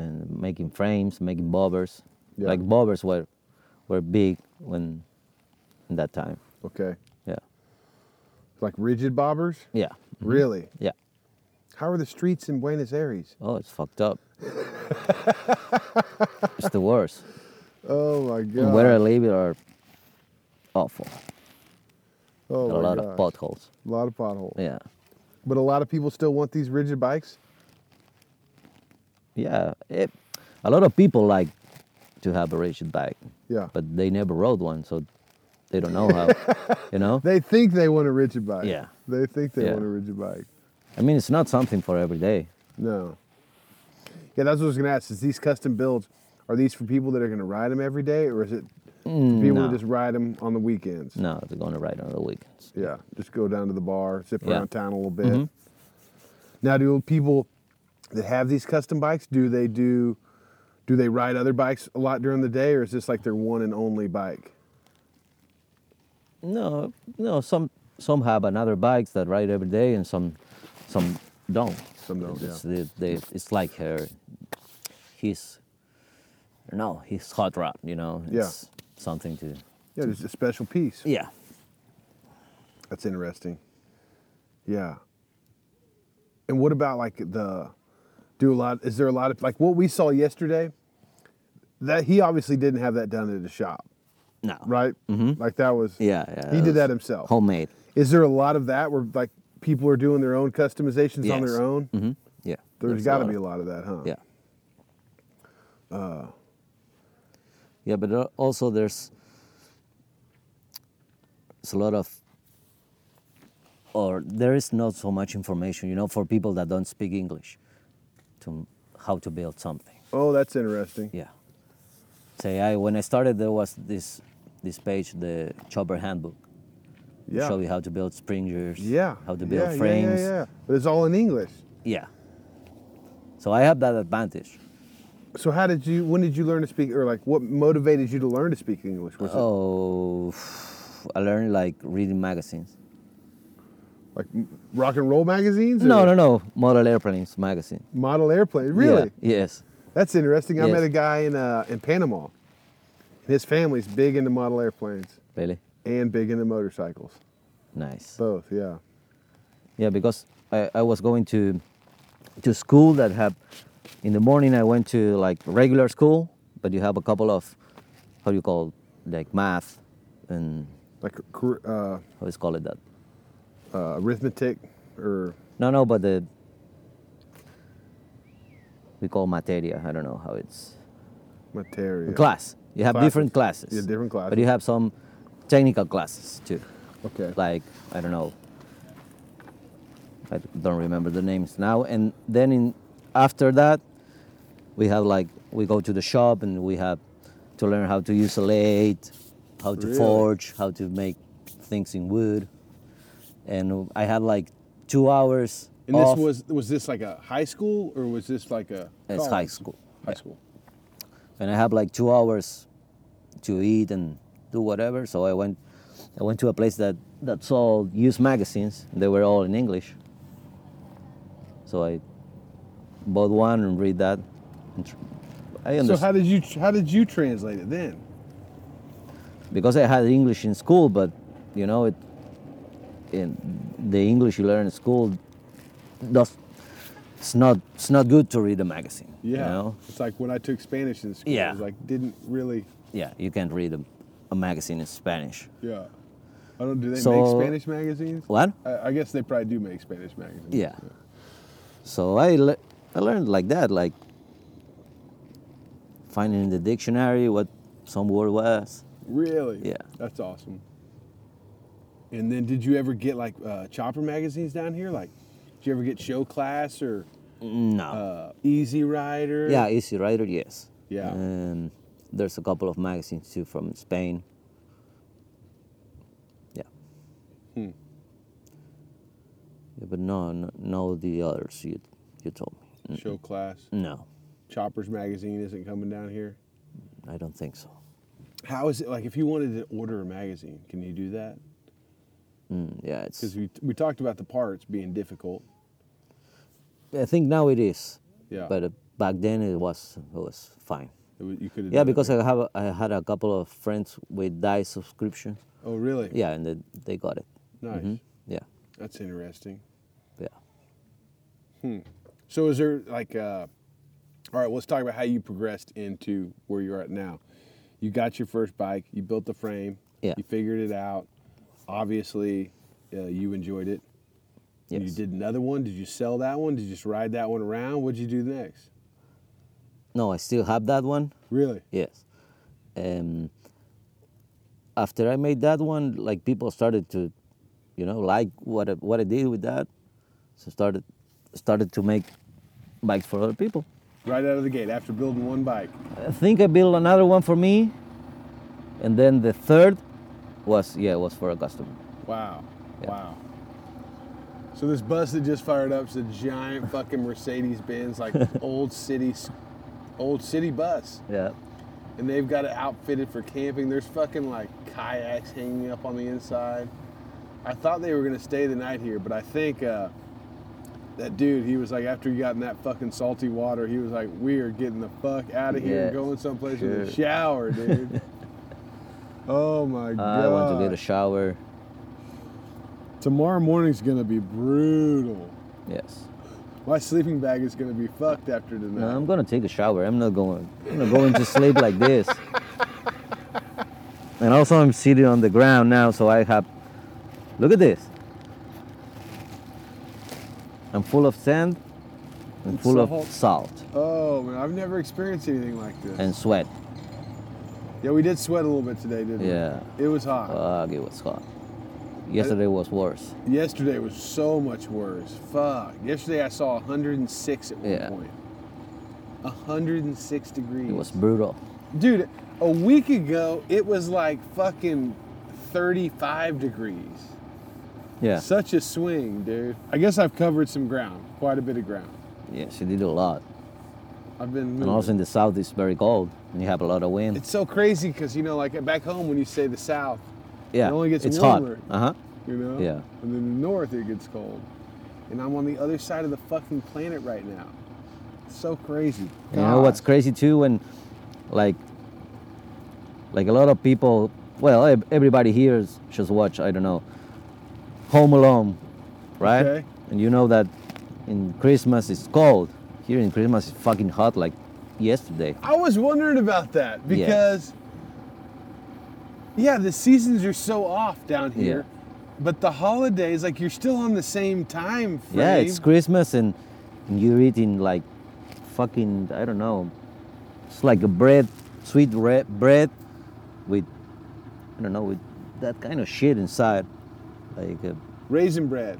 and making frames, making bobbers. Yeah. Like bobbers were were big when in that time. okay, Yeah, like rigid bobbers. yeah, Mm. Really? yeah. How are the streets in Buenos Aires? Oh, it's fucked up. it's the worst. Oh my And god! Where I live are awful. oh a my lot gosh. of potholes. A lot of potholes. Yeah. But a lot of people still want these rigid bikes. Yeah. It, a lot of people like to have a rigid bike, Yeah. but they never rode one, so they don't know how, you know? they think they want a rigid bike. Yeah. They think they Yeah. want a rigid bike. I mean, it's not something for every day. No. Yeah, that's what I was gonna ask. Is these custom builds are these for people that are gonna ride them every day, or is it for people Mm, no. that just ride them on the weekends? No, they're going to ride on the weekends. Yeah, just go down to the bar, zip Yeah. Mm-hmm. around town a little bit. Now, do people that have these custom bikes do they do do they ride other bikes a lot during the day, or is this like their one and only bike? No, no, some some have another bikes that ride every day and some some don't. Some don't, It's, yeah. the- the- it's like her his no, his hot rod, you know. Yeah. It's something to Yeah, just a special piece. Yeah. That's interesting. Yeah. And what about like the do a lot is there a lot of like what we saw yesterday? That he obviously didn't have that done at the shop, No. right? Mm-hmm. Like that was Yeah, yeah. He did that's that himself. Homemade. Is there a lot of that where like people are doing their own customizations on Yes. their own? Mm-hmm. Yeah. There's got to be a lot Uh. of that, huh? Yeah. yeah, but al- also there's it's a lot of or there is not so much information, you know, for people that don't speak English to how to build something. Oh, that's interesting. Yeah. Say I when I started there was this this page, the chopper handbook. Yeah. Show you how to build spring gears. yeah. How to Yeah, build yeah, yeah, frames. Yeah, But it's all in English. Yeah. So I have that advantage. So how did you when did you learn to speak or like what motivated you to learn to speak English? Was it Oh, I learned like reading magazines. like m- rock and roll magazines? or- No, no, no. Model airplanes magazine. model airplane. Really? Yeah, yes. That's interesting. I Yes. met a guy in uh, in Panama. His family's big into model airplanes Really? and big into motorcycles. Nice. Both, yeah. Yeah, because I, I was going to to school that have in the morning I went to like regular school, but you have a couple of how do you call like math and Like cor- uh, how is call it that? uh, arithmetic or No, no, but the we call materia. I don't know how it's materia. class. You have different Classes. classes. Yeah, different But you classes. have some technical classes too. Okay. Like I don't know. I don't remember the names now. And then in after that, we have like we go to the shop and we have to learn how to use a lathe, how to Really? forge, how to make things in wood. And I had like two hours. And off. this was was this like a high school or was this like a? It's college? high school, High yeah. school. and I have like two hours to eat and do whatever. So I went, I went to a place that that sold used magazines. They were all in English. So I bought one and read that. And tr- I So understood how did you how did you translate it then? because I had English in school, but you know it. In the English you learn in school, does it's not it's not good to read a magazine. Yeah, You know? it's like when I took Spanish in school. Yeah. it was like didn't really. Yeah, you can't read a, a magazine in Spanish. Yeah, I don't. Do they So- make Spanish magazines? What? I, I guess they probably do make Spanish magazines. Yeah. So I, le- I learned like that, like finding in the dictionary what some word was. Really? Yeah. That's awesome. And then, did you ever get like uh, chopper magazines down here? Like, did you ever get Show Class or No. uh, Easy Rider? yeah, Easy Rider, yes. Yeah. Um, there's a couple of magazines too from Spain. Yeah. Hmm. Yeah, but no, no, no, the others you you told me. Show Class. No, Choppers magazine isn't coming down here. I don't think so. How is it like if you wanted to order a magazine? Can you do that? Mm, yeah, it's. Because we we talked about the parts being difficult. I think now it is. Yeah. But uh, back then it was it was fine. It was- you could. Yeah, because I have I had a couple of friends with die subscription. Oh, really? Yeah, and they, they got it. Mm-hmm. Nice. Yeah, That's interesting. yeah. So is there like, uh, all right, let's talk about how you progressed into where you're at now. You got your first bike, you built the frame, Yeah. you figured it out. Obviously, uh, you enjoyed it. You Yes. did another one. Did you sell that one? Did you just ride that one around? What'd you do next? No, I still have that one. Really? Yes. Um, after I made that one, like people started to, you know, like what I, what I did with that, so started started to make bikes for other people. Right out of the gate after building one bike. I think I built another one for me, and then the third was yeah was for a customer. Wow. Yeah. Wow. So this bus that just fired up is a giant fucking Mercedes Benz, like old city, old city bus. Yeah. and they've got it outfitted for camping. There's fucking like kayaks hanging up on the inside. I thought they were gonna stay the night here, but I think uh, that dude, he was like, after he got in that fucking salty water, he was like, we are getting the fuck out of here and Yes, going someplace with a sure. shower, dude. oh my god. I want to get a shower. Tomorrow morning's gonna be brutal. Yes. My sleeping bag is gonna be fucked after tonight. No, I'm gonna take a shower. I'm not going. I'm not going to sleep like this. And also, I'm sitting on the ground now, so I have. Look at this. I'm full of sand and full Salt. of salt oh man, I've never experienced anything like this. and sweat. yeah, we did sweat a little bit today, didn't we? Yeah. Uh, It was hot. Fuck, it was hot. Yesterday was worse. Yesterday was so much worse. Fuck. Yesterday I saw 106 at one Yeah. point. 106 degrees. It was brutal. Dude, a week ago it was like fucking 35 degrees. Yeah. Such a swing, dude. I guess I've covered some ground, quite a bit of ground. Yeah, she did a lot. I've been moving. And also in the south, it's very cold, and you have a lot of wind. Mm. it's so crazy because you know, like back home when you say the South, yeah, it only gets it's warmer. hot. Uh huh. you know. Yeah. And then the north it gets cold, and I'm on the other side of the fucking planet right now. It's so crazy. You know what's God. crazy too when like like a lot of people well ev- everybody here is just watch I don't know Home Alone, right? Okay. And you know that in Christmas it's cold. Here in Christmas it's fucking hot like yesterday. I was wondering about that Yeah. because, yeah, the seasons are so off down here, but the holidays, like you're still on the same time frame. Yeah, it's Christmas and and you're eating like fucking I don't know. It's like a bread, sweet red bread with I don't know with that kind of shit inside, like. uh, A, raisin bread.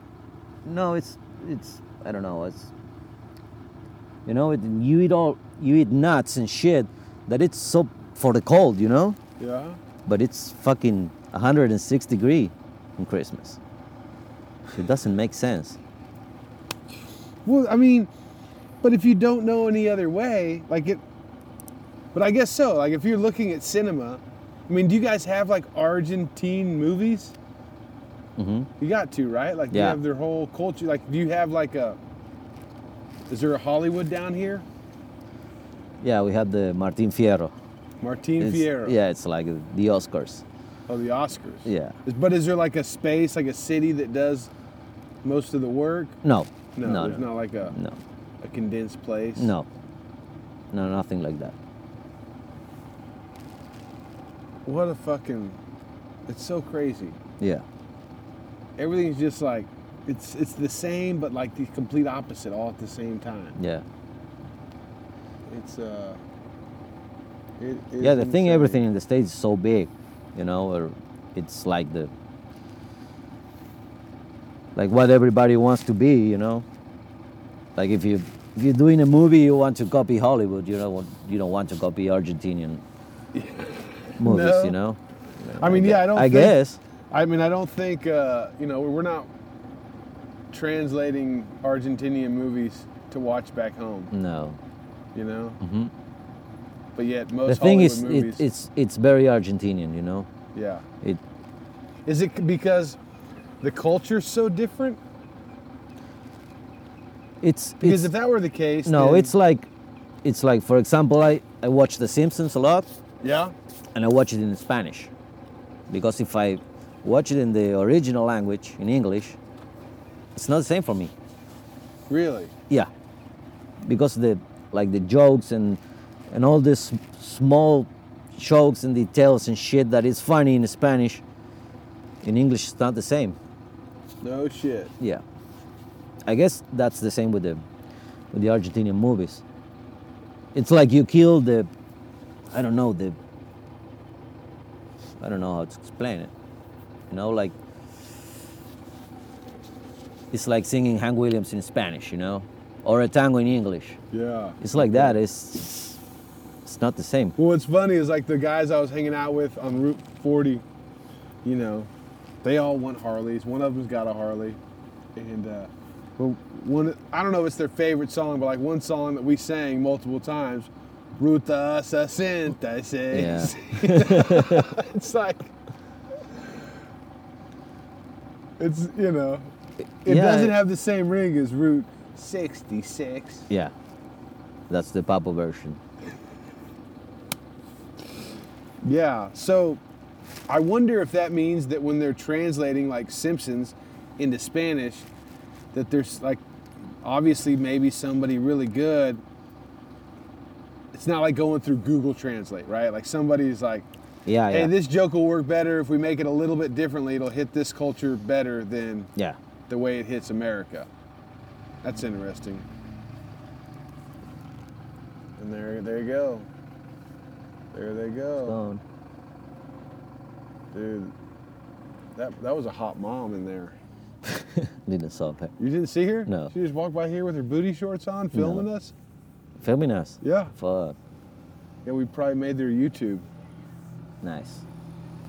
No, it's it's I don't know. It's you know it, you eat all you eat nuts and shit that it's so for the cold, you know? Yeah. But it's fucking 106 degree on Christmas. It doesn't make sense. Well, I mean, but if you don't know any other way, like it. But I guess so. Like if you're looking at cinema, I mean, do you guys have like Argentine movies? hmm You got to right. Like you Yeah. have their whole culture. Like do you have like a? Is there a Hollywood down here? Yeah, we have the Martin Fierro. Martin It's- Fierro. Yeah, it's like the Oscars. Oh, the Oscars. Yeah. Is- But is there like a space, like a city that does most of the work? No. No, no, there's not like a, no, a condensed place. no, no, nothing like that. What a fucking. It's so crazy. Yeah. Everything's just like, it's it's the same, but like the complete opposite all at the same time. Yeah. It's uh. It is uh, yeah, the thing, insane. everything in the States is so big, you know, or it's like the, like what everybody wants to be, you know. Like if you if you're doing a movie, you want to copy Hollywood, you don't want, you don't want to copy Argentinian movies, No. you know. I mean, yeah, I don't. I think- guess. I mean, I don't think uh, you know we're not translating Argentinian movies to watch back home. No. You know, hmm but yet most The thing Hollywood is, movies. it, it's it's very Argentinian, you know. yeah. It Is it c- because the culture's so different? it's Because it's, if that were the case, no, then- it's like it's like for example, I I watch The Simpsons a lot. yeah, and I watch it in Spanish. Because if I watch it in the original language, in English, it's not the same for me. really. Yeah. Because the like the jokes and and all this small jokes and details and shit that is funny in Spanish, in English it's not the same. No shit. Yeah. I guess that's the same with the with the Argentinian movies. It's like you kill the I don't know, the I don't know how to explain it. You know, like it's like singing Hank Williams in Spanish, you know? Or a tango in English. Yeah. It's like that. It's it's not the same. Well, what's funny is like the guys I was hanging out with on Route 40, you know, they all want Harleys. One of them's got a Harley, and uh, well, one I don't know if it's their favorite song, but like one song that we sang multiple times, Ruta 66. it's like it's you know, it Yeah, doesn't it- have the same ring as Route 66. Yeah. That's the Papa version. Yeah. So I wonder if that means that when they're translating like Simpsons into Spanish, that there's like obviously maybe somebody really good. It's not like going through Google Translate, right? Like somebody's like, Yeah, hey, yeah. this joke will work better if we make it a little bit differently. It'll hit this culture better than yeah. the way it hits America. That's interesting. And there, there you go. There they go. Stone. Dude, that that was a hot mom in there. Didn't solve it. You didn't see her? No. She just walked by here with her booty shorts on, filming us. Filming us. Yeah. Fuck. Yeah, we probably made their YouTube. Nice.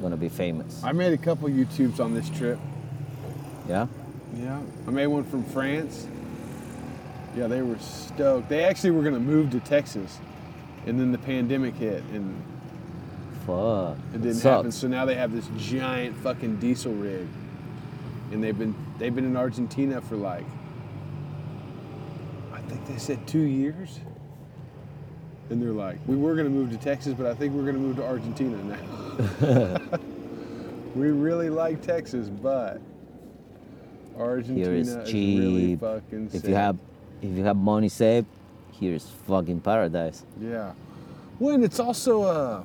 Gonna be famous. I made a couple YouTubes on this trip. Yeah? Yeah. I made one from France. Yeah, they were stoked. They actually were gonna move to Texas, and then the pandemic hit, and Fuck. it didn't happen. So now they have this giant fucking diesel rig, and they've been they've been in Argentina for like, I think they said two years. And they're like, we were gonna move to Texas, but I think we're gonna move to Argentina now. we really like Texas, but Argentina Here is is, cheap. really fucking. if sick. you have if you have money saved, here is fucking paradise. Yeah. Well, and it's also uh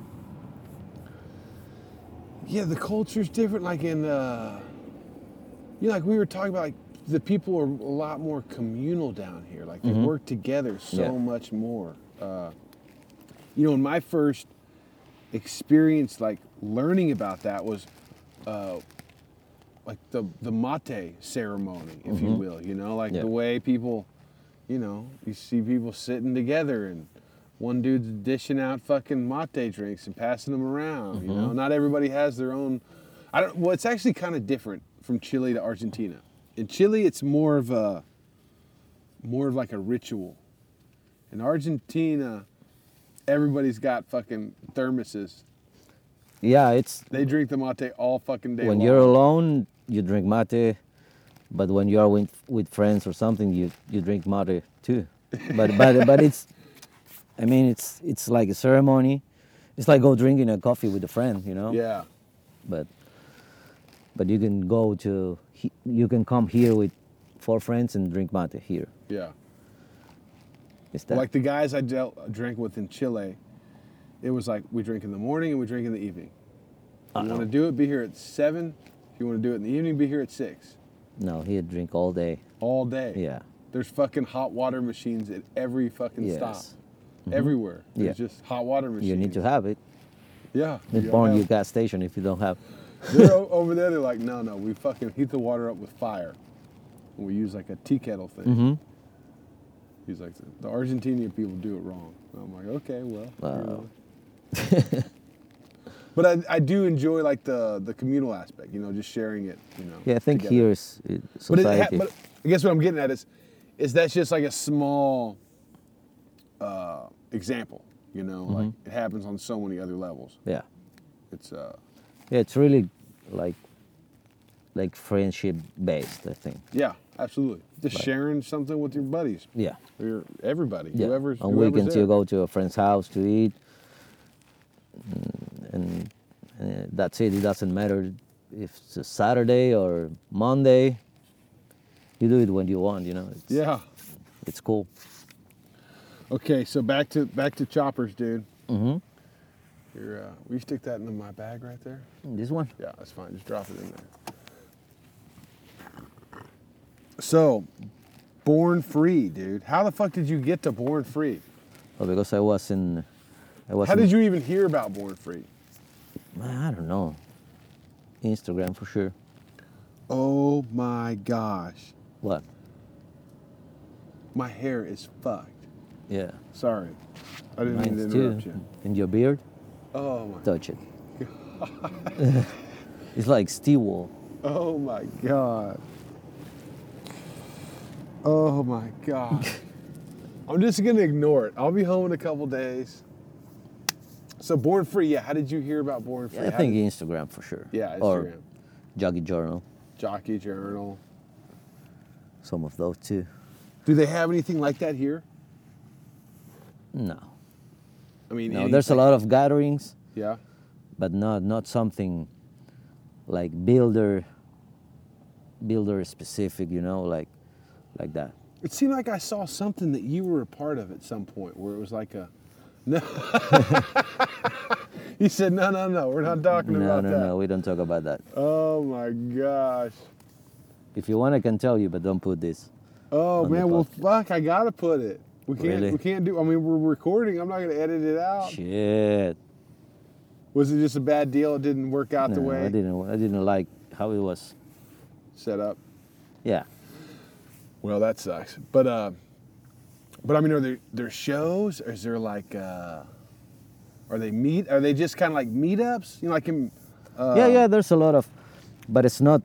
Yeah, the culture's different like in uh you know, like we were talking about like the people are a lot more communal down here. Like they work together so Yeah. much more. Uh you know, in my first experience like learning about that was uh like the the mate ceremony, if you will, you know, like Yeah. the way people you know, you see people sitting together and one dude's dishing out fucking mate drinks and passing them around. You know, not everybody has their own. I don't. Well, it's actually kind of different from Chile to Argentina. In Chile, it's more of a more of like a ritual. In Argentina, everybody's got fucking thermoses. Yeah, it's They drink the mate all fucking day. when long. you're alone, you drink mate, but when you are with, with friends or something, you, you drink mate too. But but but it's, I mean, it's it's like a ceremony. It's like go drinking a coffee with a friend, you know. yeah, But but you can go to he- you can come here with four friends and drink mate here. yeah. Is that Like the guys I dealt, drank with in Chile, it was like we drink in the morning and we drink in the evening. If you want to do it, be here at seven. If you want to do it in the evening, be here at six. no? Here drink all day. All day. Yeah. There's fucking hot water machines at every fucking stop. Yes. Mm-hmm. Everywhere. There's Yeah. just hot water machines. You need to have it. Yeah. It's you born have- you gas station if you don't have. They're o- over there. They're like, no, no, we fucking heat the water up with fire. And we use like a tea kettle thing. Mm-hmm. He's like, the Argentinian people do it wrong. And I'm like, okay, well. you know." but I, I do enjoy like the the communal aspect, you know, just sharing it. You know. Yeah, I think together. here's But, uh, it, ha- society. but I guess what I'm getting at is, is that's just like a small uh, example. You know, Mm-hmm. like it happens on so many other levels. yeah. It's uh, Yeah, it's really like like friendship based, I think. yeah, absolutely. Just Right. sharing something with your buddies. Yeah. Or everybody, Yeah. whoever's On whoever's weekends there. you go to a friend's house to eat, mm, and, and that's it. It doesn't matter if it's a Saturday or Monday. You do it when you want, you know. It's, Yeah. It's cool. Okay, so back to back to choppers, dude. Mm-hmm. You're, uh, will you stick that in my bag right there? This one. Yeah, that's fine. Just drop it in there. So, born free, dude. How the fuck did you get to born free? Oh, because I was in. I was. How in, did you even hear about born free? I don't know. Instagram for sure. Oh my gosh, What? my hair is fucked. Yeah. Sorry, I didn't mean Mine's to interrupt too. you. And your beard. Oh my, touch it. it's like steel wool. oh my god. Oh my god. I'm just gonna ignore it. I'll be home in a couple days. So born free, yeah. How did you hear about born free? Yeah, I How think did- Instagram for sure. Yeah, Or Instagram. Jockey Journal, Jockey Journal. some of those too. Do they have anything like that here? No. I mean, No, any- there's a lot of gatherings, Yeah. but not not something like builder builder specific, you know, like like that. It seemed like I saw something that you were a part of at some point, where it was like a. No. he said, "No, no, no. We're not talking No, about no, that." no, we don't talk about that. Oh my gosh. If you want I can tell you, but don't put this. Oh On the man, well podcast. fuck, I gotta put it. We can't Really? we can't do I mean we're recording, I'm not gonna edit it out. Shit. Was it just a bad deal? It didn't work out No, the I way didn't I didn't like how it was. set up. Yeah. Well that sucks. But uh but I mean are there there shows or is there like uh are they meet are they just kinda like meetups? You know, like in uh, yeah, yeah. There's a lot of, but it's not.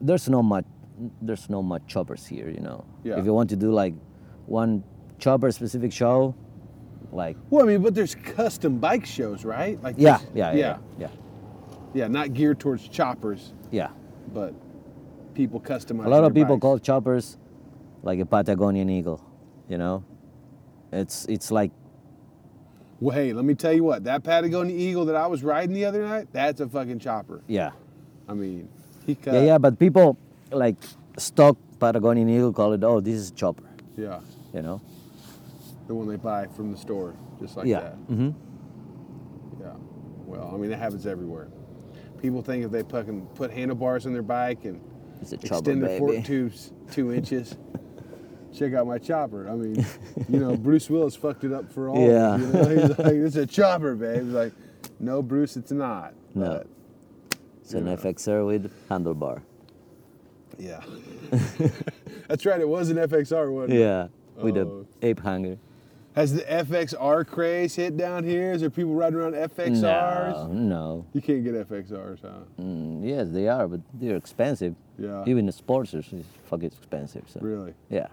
There's no much. There's no much choppers here, you know. Yeah. If you want to do like one chopper specific show, like Well I mean but there's custom bike shows, right? Like yeah, there's- yeah, yeah, yeah, yeah, Yeah, not geared towards choppers, yeah. but people customize. A lot of people call choppers like a Patagonian eagle, you know. It's it's like Well, hey, let me tell you what, that Patagonia Eagle that I was riding the other night, that's a fucking chopper. yeah, I mean, he cut. yeah, yeah. But people like stock Patagonian eagle call it. Oh, this is a chopper, Yeah, you know. The one they buy from the store, just like yeah. that. hmm Yeah. Well, I mean, that happens everywhere. People think if they fucking put handlebars on their bike and It's a chopper, extend the baby. fork tubes two inches, check out my chopper. I mean, you know, Bruce Willis fucked it up for all. Yeah. Of us, you know? He's like, it's a chopper, babe. He's like, no, Bruce, it's not. No. But, It's an Yeah. FXR with handlebar. yeah. That's right. It was an FXR, wasn't it? Yeah, with Oh. a ape hanger. Has the FXR craze hit down here? Is there people riding around FXRs? No, no. You can't get FXRs, huh? Mm, yes, they are, but they're expensive. Yeah. Even the sports is is fucking expensive. So. Really? Yeah.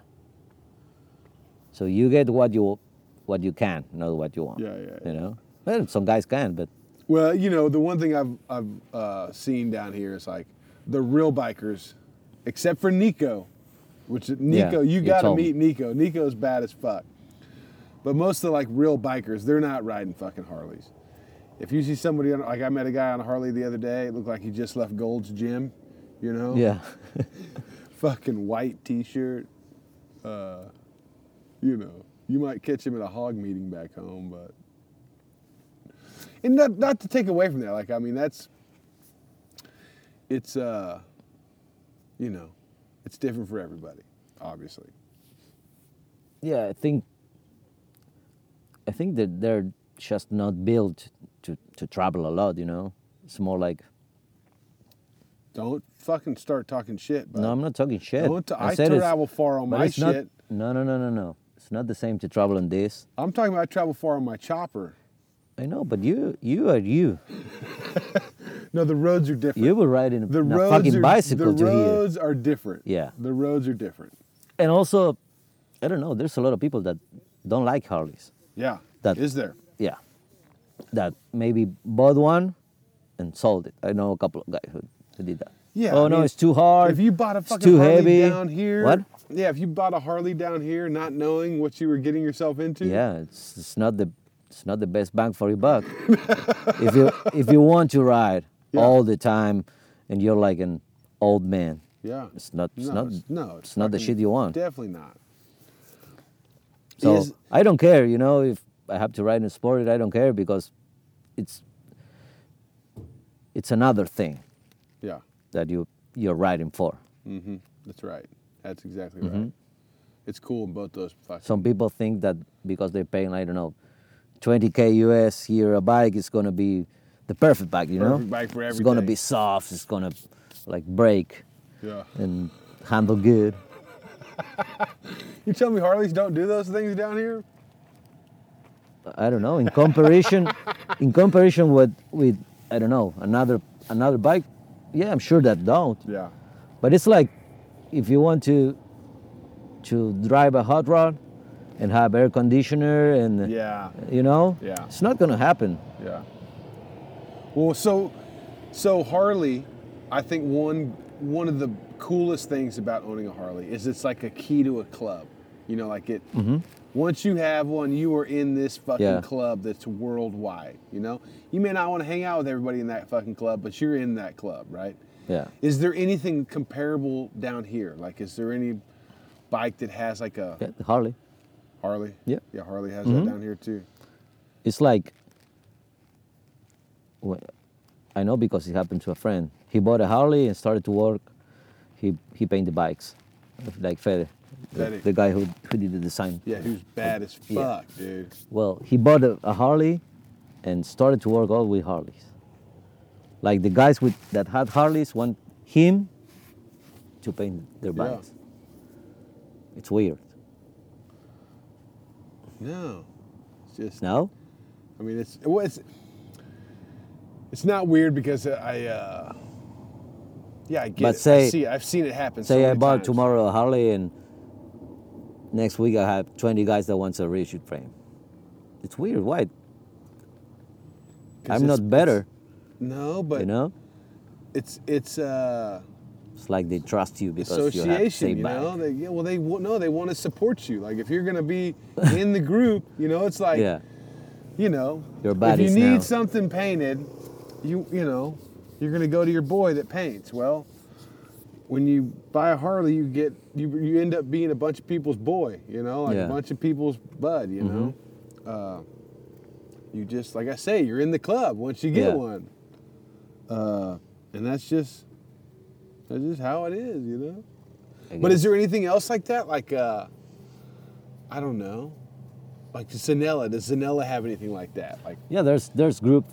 So you get what you what you can, not what you want. Yeah, yeah, You yeah. know, well, some guys can, but Well, you know, the one thing I've I've uh, seen down here is like the real bikers, except for Nico, which Nico Yeah, you you got to told me. meet Nico. Nico's bad as fuck. But most of the like real bikers, they're not riding fucking Harleys. If you see somebody on, like I met a guy on a Harley the other day, it looked like he just left Gold's gym, you know? yeah, Fucking white t-shirt. Uh, you know, you might catch him at a hog meeting back home, but and not not to take away from that, like I mean that's it's uh you know, it's different for everybody, obviously. yeah. I think I think that they're just not built to to travel a lot. You know, it's more like Don't fucking start talking shit, but no, I'm not talking shit. don't t- I said it's- travel far on but my it's not- shit. no, no, no, no, no. It's not the same to travel on this. I'm talking about I travel far on my chopper. I know, but you you are you. No, the roads are different. You were riding a the roads fucking are, bicycle the to here. roads are different. Yeah. The roads are different. and also i don't know there's a lot of people that don't like harleys Yeah. That- is there. yeah that maybe bought one and sold it i know a couple of guys who, who did that Yeah, oh I no mean, it's too hard If you bought a it's fucking too Harley heavy down here, what Yeah, if you bought a Harley down here, not knowing what you were getting yourself into. yeah it's, it's not the it's not the best bang for your buck if you if you want to ride Yeah. all the time and you're like an old man Yeah. it's not it's no, not it's, no, it's not the fucking- shit you want Definitely not. So Is- I don't care, you know, if I have to ride in a sport, I don't care because it's it's another thing Yeah, that you you're riding for. that's right. That's exactly Mm-hmm. right. It's cool in both those fucking. Some people think that because they're paying, I don't know, 20k US here a bike is gonna be the perfect bike, you know? Perfect bike for It's gonna everything. be soft. It's gonna like break yeah. and handle good. You tell me Harleys don't do those things down here? I don't know. In comparison, in comparison with with I don't know another another bike. Yeah, I'm sure that don't. Yeah. But it's like if you want to to drive a hot rod and have air conditioner and Yeah. you know, Yeah. it's not gonna happen. Yeah. Well, so so Harley, I think one one of the coolest things about owning a Harley is it's like a key to a club. You know, like it. Once you have one, you are in this fucking Mm-hmm. Yeah. club that's worldwide. You know, you may not want to hang out with everybody in that fucking club, but you're in that club, right? Yeah. Is there anything comparable down here? Like, is there any bike that has like a Yeah, Harley. Harley? Yeah. Mm-hmm. Yeah, Harley has that down here too. It's like well, I know because it happened to a friend. He bought a Harley and started to work. He he painted bikes, like Fede, the, Fede. the guy who who did the design. Yeah, who's bad as fuck, Yeah. dude. Well, he bought a, a Harley and started to work all with Harleys. Like the guys with that had Harleys want him to paint their Yeah. bikes. It's weird. No, it's just No? I mean, it's well, it's it's not weird because I uh, yeah, I get But it. I say- see, I've seen it happen. so Say I many bought times. tomorrow a Harley and next week I have 20 guys that wants a reissued frame. It's weird. Why? 'Cause I'm it's- not better, No, but you know? it's it's uh, It's like they trust you because you have the association. You, same bike. know, they, yeah, well, they wa- no, they want to support you. Like if you're gonna be in the group, you know, it's like yeah. you know, Your if you body's need now- something painted, you you know, you're gonna go to your boy that paints. Well, when you buy a Harley, you get you you end up being a bunch of people's boy. You know, like a Yeah. Mm-hmm. bunch of people's bud. You know, uh, you just like I say, you're in the club once you get Yeah. one, uh, and that's just that's just how it is. You know. I But is guess. there anything else like that? Like, uh, I don't know. Like Zanella, does Zanella have anything like that? Like, Yeah, there's there's group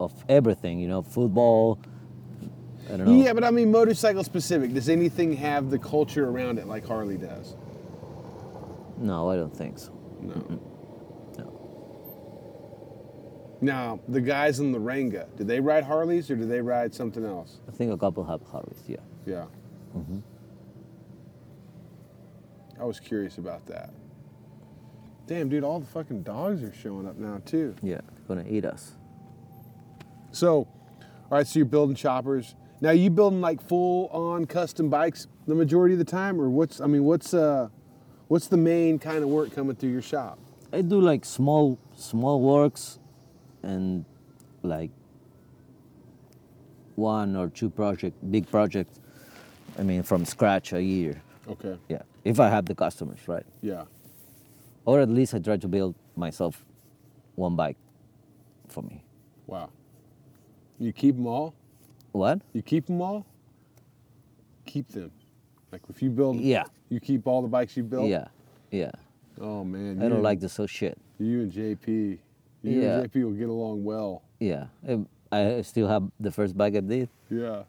of everything, you know, football. I don't know. yeah, but I mean motorcycle specific. Does anything have the culture around it like Harley does? No, I don't think so. No. Now, the guys in the Ranga, did they ride Harleys or did they ride something else? I think a couple have Harleys. Yeah. Yeah. I was curious about that. Damn, dude, all the fucking dogs are showing up now, too. Yeah. Gonna eat us. So, all right, so you're building choppers. Now, you building like full on custom bikes the majority of the time, or what's, I mean, what's, uh, what's the main kind of work coming through your shop? I do like small small works and like one or two project big projects. I mean from scratch a year. Okay. Yeah. If I have the customers, right? Yeah. Or at least I try to build myself one bike for me. Wow. You keep them all? What? You keep them all? Keep them. Like if you build, Yeah. you keep all the bikes you built. Yeah. Yeah. Oh man, I you don't and- like this so shit. you and JP. You Yeah. and JP will get along well. Yeah. I, I still have the first bike I did. Yeah.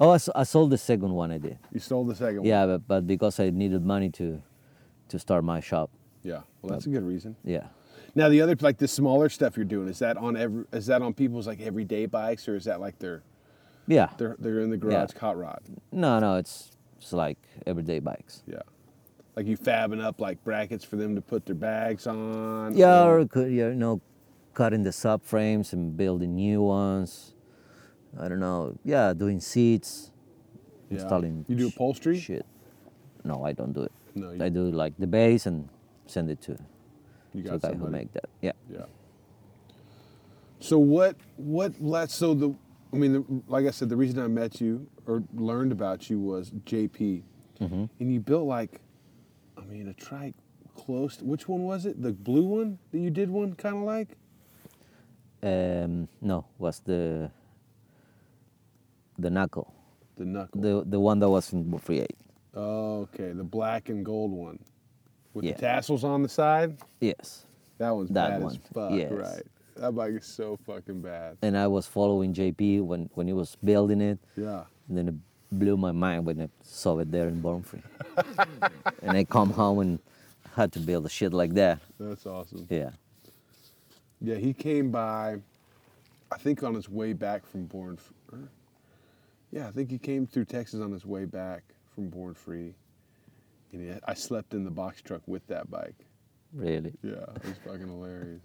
Oh, I s- I sold the second one I did. You sold the second one. Yeah, but, but because I needed money to to start my shop. Yeah. Well, that's a good reason. Yeah. Now the other like the smaller stuff you're doing is that on every is that on people's like everyday bikes or is that like their Yeah. they're they're in the garage cot rod? No, no, it's it's like everyday bikes. Yeah. Like you fabbing up like brackets for them to put their bags on. Yeah, or could you know, cutting the subframes and building new ones. I don't know. Yeah, doing seats, Yeah. installing. You do sh- upholstery? Shit. No, I don't do it. No, I you- do like the base and send it to You to the guy who somebody. make that. Yeah. Yeah. So what what let so the I mean the, like I said the reason I met you or learned about you was JP, Mm-hmm. and you built like, I mean a trike close. To, which one was it? The blue one that you did one kind of like. Um, no, was the the knuckle, The knuckle. the the one that was in free eight. oh, okay, the black and gold one, with Yeah. the tassels on the side. Yes. That one's That bad as one, fuck. yes. Right. That bike is so fucking bad. And I was following JP when when he was building it. Yeah. And then it blew my mind when I saw it there in Bonfrey. and I come home and had to build a shit like that. That's awesome. Yeah. Yeah, he came by, I think on his way back from Born. F- or- Yeah, I think he came through Texas on his way back from Born Free, and he, I slept in the box truck with that bike. Really. Yeah, it was fucking hilarious.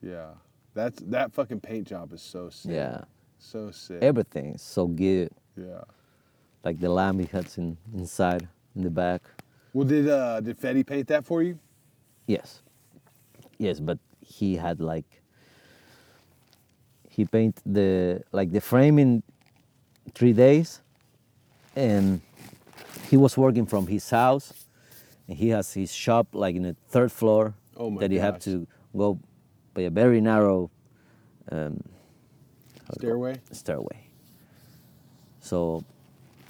Yeah, that's that fucking paint job is so sick. Yeah. so sick. Everything is so good. yeah. Like the lamb he has in, inside, in the back. Well, did uh, did Fetty paint that for you? Yes. Yes, but he had like he paint the like the frame in three days and he was working from his house and he has his shop like in the third floor Oh my that you have gosh. to go by a very narrow Stairway. stairway. So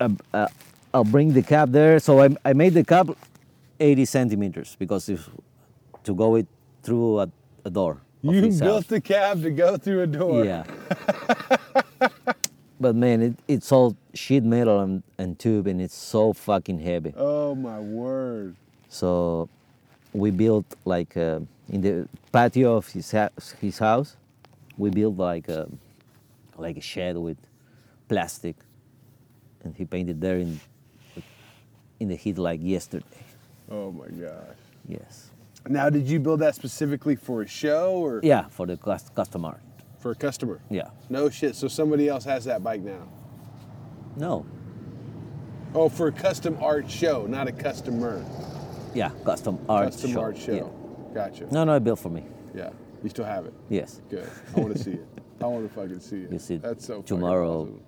um, uh, I'll bring the cap there. So I, I made the cap 80 centimeters because if to go it through a, a door. of You his built house. the cab to go through a door. Yeah. but man, it, it's all sheet metal and, and tube and it's so fucking heavy. Oh my word. So we built like uh, in the patio of his house, his house. We built like a, like a shed with plastic, and he painted there in in the heat like yesterday. Oh my gosh. Yes. Now, did you build that specifically for a show or Yeah, for the cus- customer. for a customer? Yeah. No shit. So somebody else has that bike now. No. Oh, for a custom art show, not a customer. Yeah, custom art custom show. art show. Yeah. Gotcha. No, no, it built for me. Yeah. You still have it. Yes. Good. I want to see it. I want to fucking see it. You see it That's so fucking tomorrow, awesome.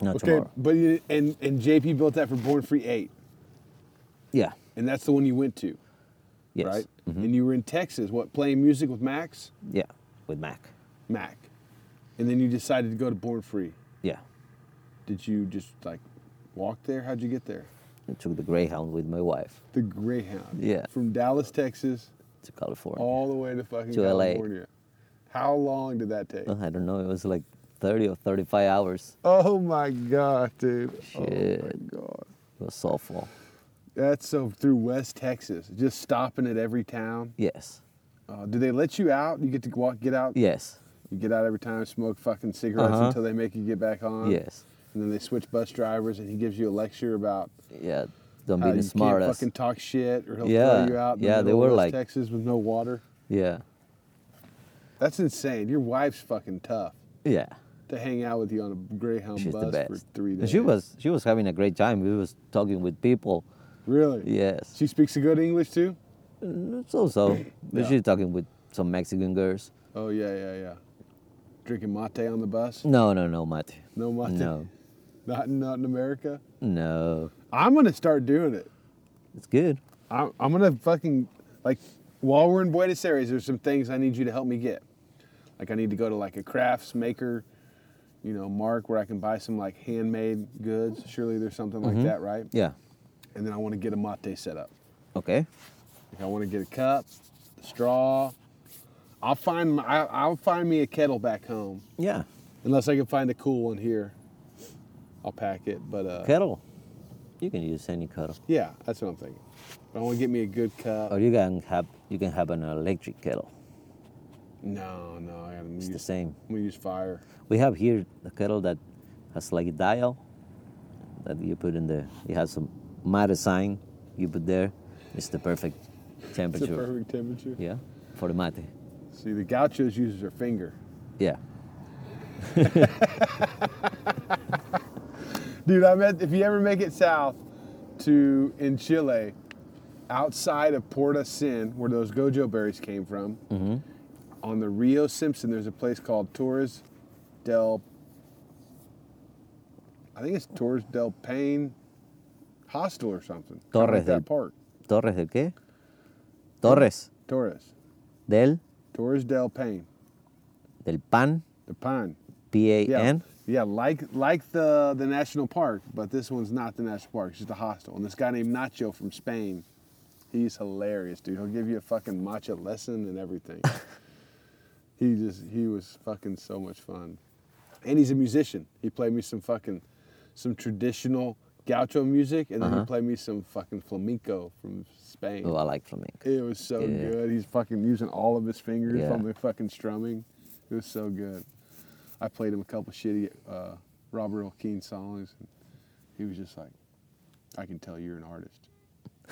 Not Okay, tomorrow. but you, and and JP built that for Born Free Eight, Yeah. and that's the one you went to, Yes. Mm-hmm. right? And you were in Texas. What playing music with Max? Yeah, with Mac. Mac. And then you decided to go to Born Free. Yeah. Did you just like walk there? How'd you get there? I took the Greyhound with my wife The Greyhound. Yeah. From Dallas, Texas, to California. all the way to fucking To LA. California. How long did that take? Uh, I don't know. It was like 30 or 35 hours. Oh my god, dude. Oh Shit. god. It was awful. That's so through West Texas, just stopping at every town. Yes. Uh, do they let you out? You get to walk, get out. Yes. You get out every time, smoke fucking cigarettes Uh-huh. until they make you get back on. Yes. And then they switch bus drivers, and he gives you a lecture about Yeah. Don't how be Ah, you the can't smartest. fucking talk shit, or he'll Yeah, throw you out. in the yeah, they middle of were West like- Texas with no water. Yeah. That's insane. Your wife's fucking tough Yeah. to hang out with you on a Greyhound She's bus the best. for three And days. She was she was having a great time. We was talking with people. really. Yes. Mm, She speaks a good English too. So so. But Yeah. she's talking with some Mexican girls. Oh yeah, yeah, yeah. Drinking mate on the bus? No no no Mate. No mate. No. Not not in America. No. I'm gonna start doing it. It's good. I'm, I'm gonna fucking like while we're in Buenos Aires, there's some things I need you to help me get. Like I need to go to like a crafts maker, you know, mark where I can buy some like handmade goods. Surely there's something like that, right? Mm-hmm. Yeah. And then I want to get a mate set up. Okay. Like I want to get a cup, a straw. I'll find my, I, I'll find me a kettle back home, Yeah. unless I can find a cool one here. I'll pack it, but uh, Kettle. You can use any kettle. yeah, that's what I'm thinking. But I want to get me a good cup. Or you can have you can have an electric kettle. No, no, I gotta It's the use, same. I'm gonna use fire. We have here a kettle that has like a dial that you put in there. It has a matter sign you put there. It's the perfect It's a temperature. perfect temperature. Yeah, for the mate. See, the gauchos uses their finger. Yeah. Dude, I met if you ever make it south to in Chile, outside of Porta Sin, where those gojo berries came from, Mm-hmm. on the Rio Simpson, there's a place called Torres del. I think it's Torres del Paine Hostel or something. kinda Torres like del- that park. Torres del qué? Torres Torres. del Torres del Paine. del pan. The pine. P A Yeah. N. Yeah, like like the the national park, but this one's not the national park. It's just a hostel. And this guy named Nacho from Spain, he's hilarious, dude. He'll give you a fucking matcha lesson and everything. he just he was fucking so much fun, and he's a musician. He played me some fucking some traditional gaucho music, and then Uh-huh. he played me some fucking flamenco from Spain. Oh, I like flamenco. It was so Yeah. good. He's fucking using all of his fingers Yeah. on the fucking strumming. It was so good. I played him a couple shitty uh, Robert L. Keane songs. And he was just like, I can tell you're an artist.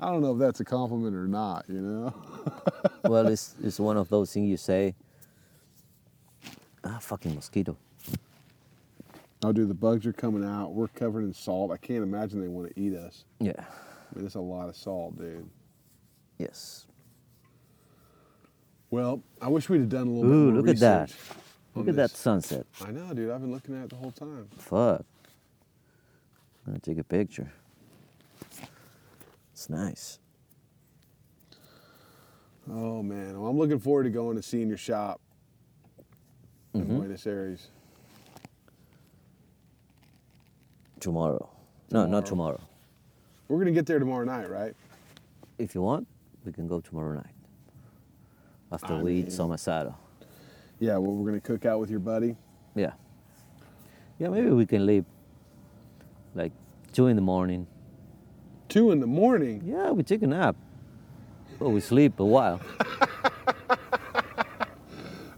I don't know if that's a compliment or not, you know? well, it's it's one of those things you say. Ah, fucking mosquito. Oh, dude, the bugs are coming out. We're covered in salt. I can't imagine they want to eat us. Yeah. I mean, that's a lot of salt, dude. Yes. Well, I wish we'd have done a little Ooh, bit more look at that. research Look on at that this. sunset. I know, dude. I've been looking at it the whole time. Fuck. I'm gonna take a picture. It's nice. Oh man, well, I'm looking forward to going to seeing your shop in Buenos Aires. Tomorrow. No, not tomorrow. We're gonna get there tomorrow night, right? If you want, we can go tomorrow night. After I we mean- eat some asado. Yeah, well, we're gonna cook out with your buddy. Yeah. Yeah, maybe we can leave like two in the morning. Two in the morning. Yeah, we take a nap. But we sleep a while.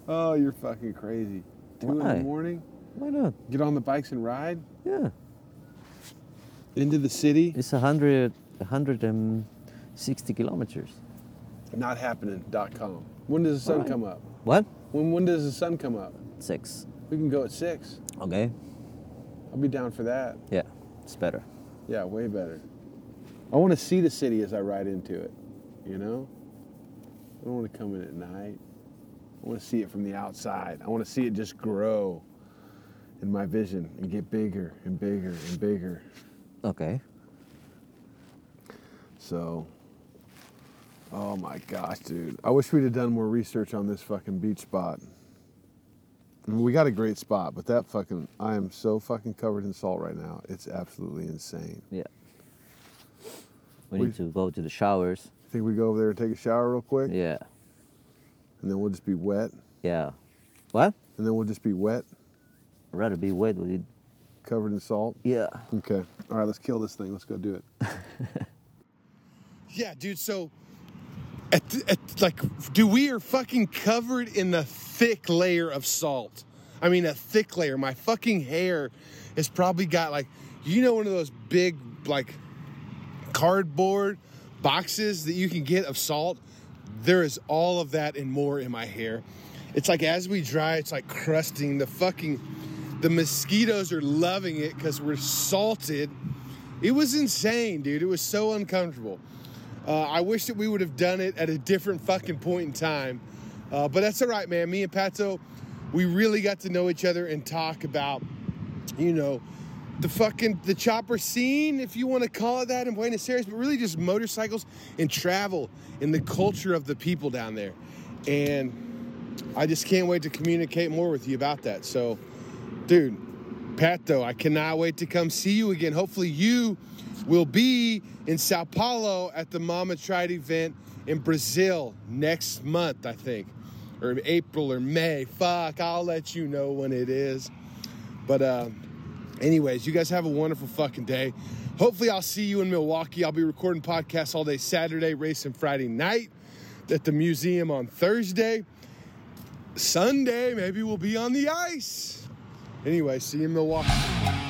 Oh, you're fucking crazy. Two in Why? the morning. Why not? Get on the bikes and ride Yeah. into the city. It's a hundred a hundred and sixty kilometers. Not happening.com. When does the sun Alright. come up? What? When when does the sun come up? Six. We can go at six. Okay. I'll be down for that. Yeah. It's better. Yeah, way better. I want to see the city as I ride into it, you know? I don't want to come in at night. I want to see it from the outside. I want to see it just grow in my vision and get bigger and bigger and bigger. Okay. So, oh my gosh, dude. I wish we'd have done more research on this fucking beach spot. I mean, we got a great spot, but that fucking, I am so fucking covered in salt right now. It's absolutely insane. Yeah. We We- need to go to the showers. Think we go over there and take a shower real quick? Yeah. and then we'll just be wet, Yeah. What? and then we'll just be wet, Rather be wet with it. covered in salt. Yeah. Okay. All right, let's kill this thing. Let's go do it. Yeah, dude. So At, at, like, dude, we are fucking covered in the thick layer of salt. I mean, a thick layer. My fucking hair has probably got like, you know, one of those big like cardboard boxes that you can get of salt. There is all of that and more in my hair. It's like as we dry, it's like crusting. The fucking the mosquitoes are loving it because we're salted. It was insane, dude. It was so uncomfortable. Uh, I wish that we would have done it at a different fucking point in time. Uh, but that's all right, man. Me and Pato, we really got to know each other and talk about, you know, the fucking the chopper scene, if you want to call it that, in Buenos Aires, but really just motorcycles and travel and the culture of the people down there. And I just can't wait to communicate more with you about that. So, dude, Pato, I cannot wait to come see you again. Hopefully, you will be in Sao Paulo at the Mama Tried event in Brazil next month, I think, or April or May. Fuck, I'll let you know when it is. But, uh, Anyways, you guys have a wonderful fucking day. Hopefully, I'll see you in Milwaukee. I'll be recording podcasts all day Saturday, racing Friday night at the museum on Thursday. Sunday, maybe we'll be on the ice. Anyway, see you in Milwaukee.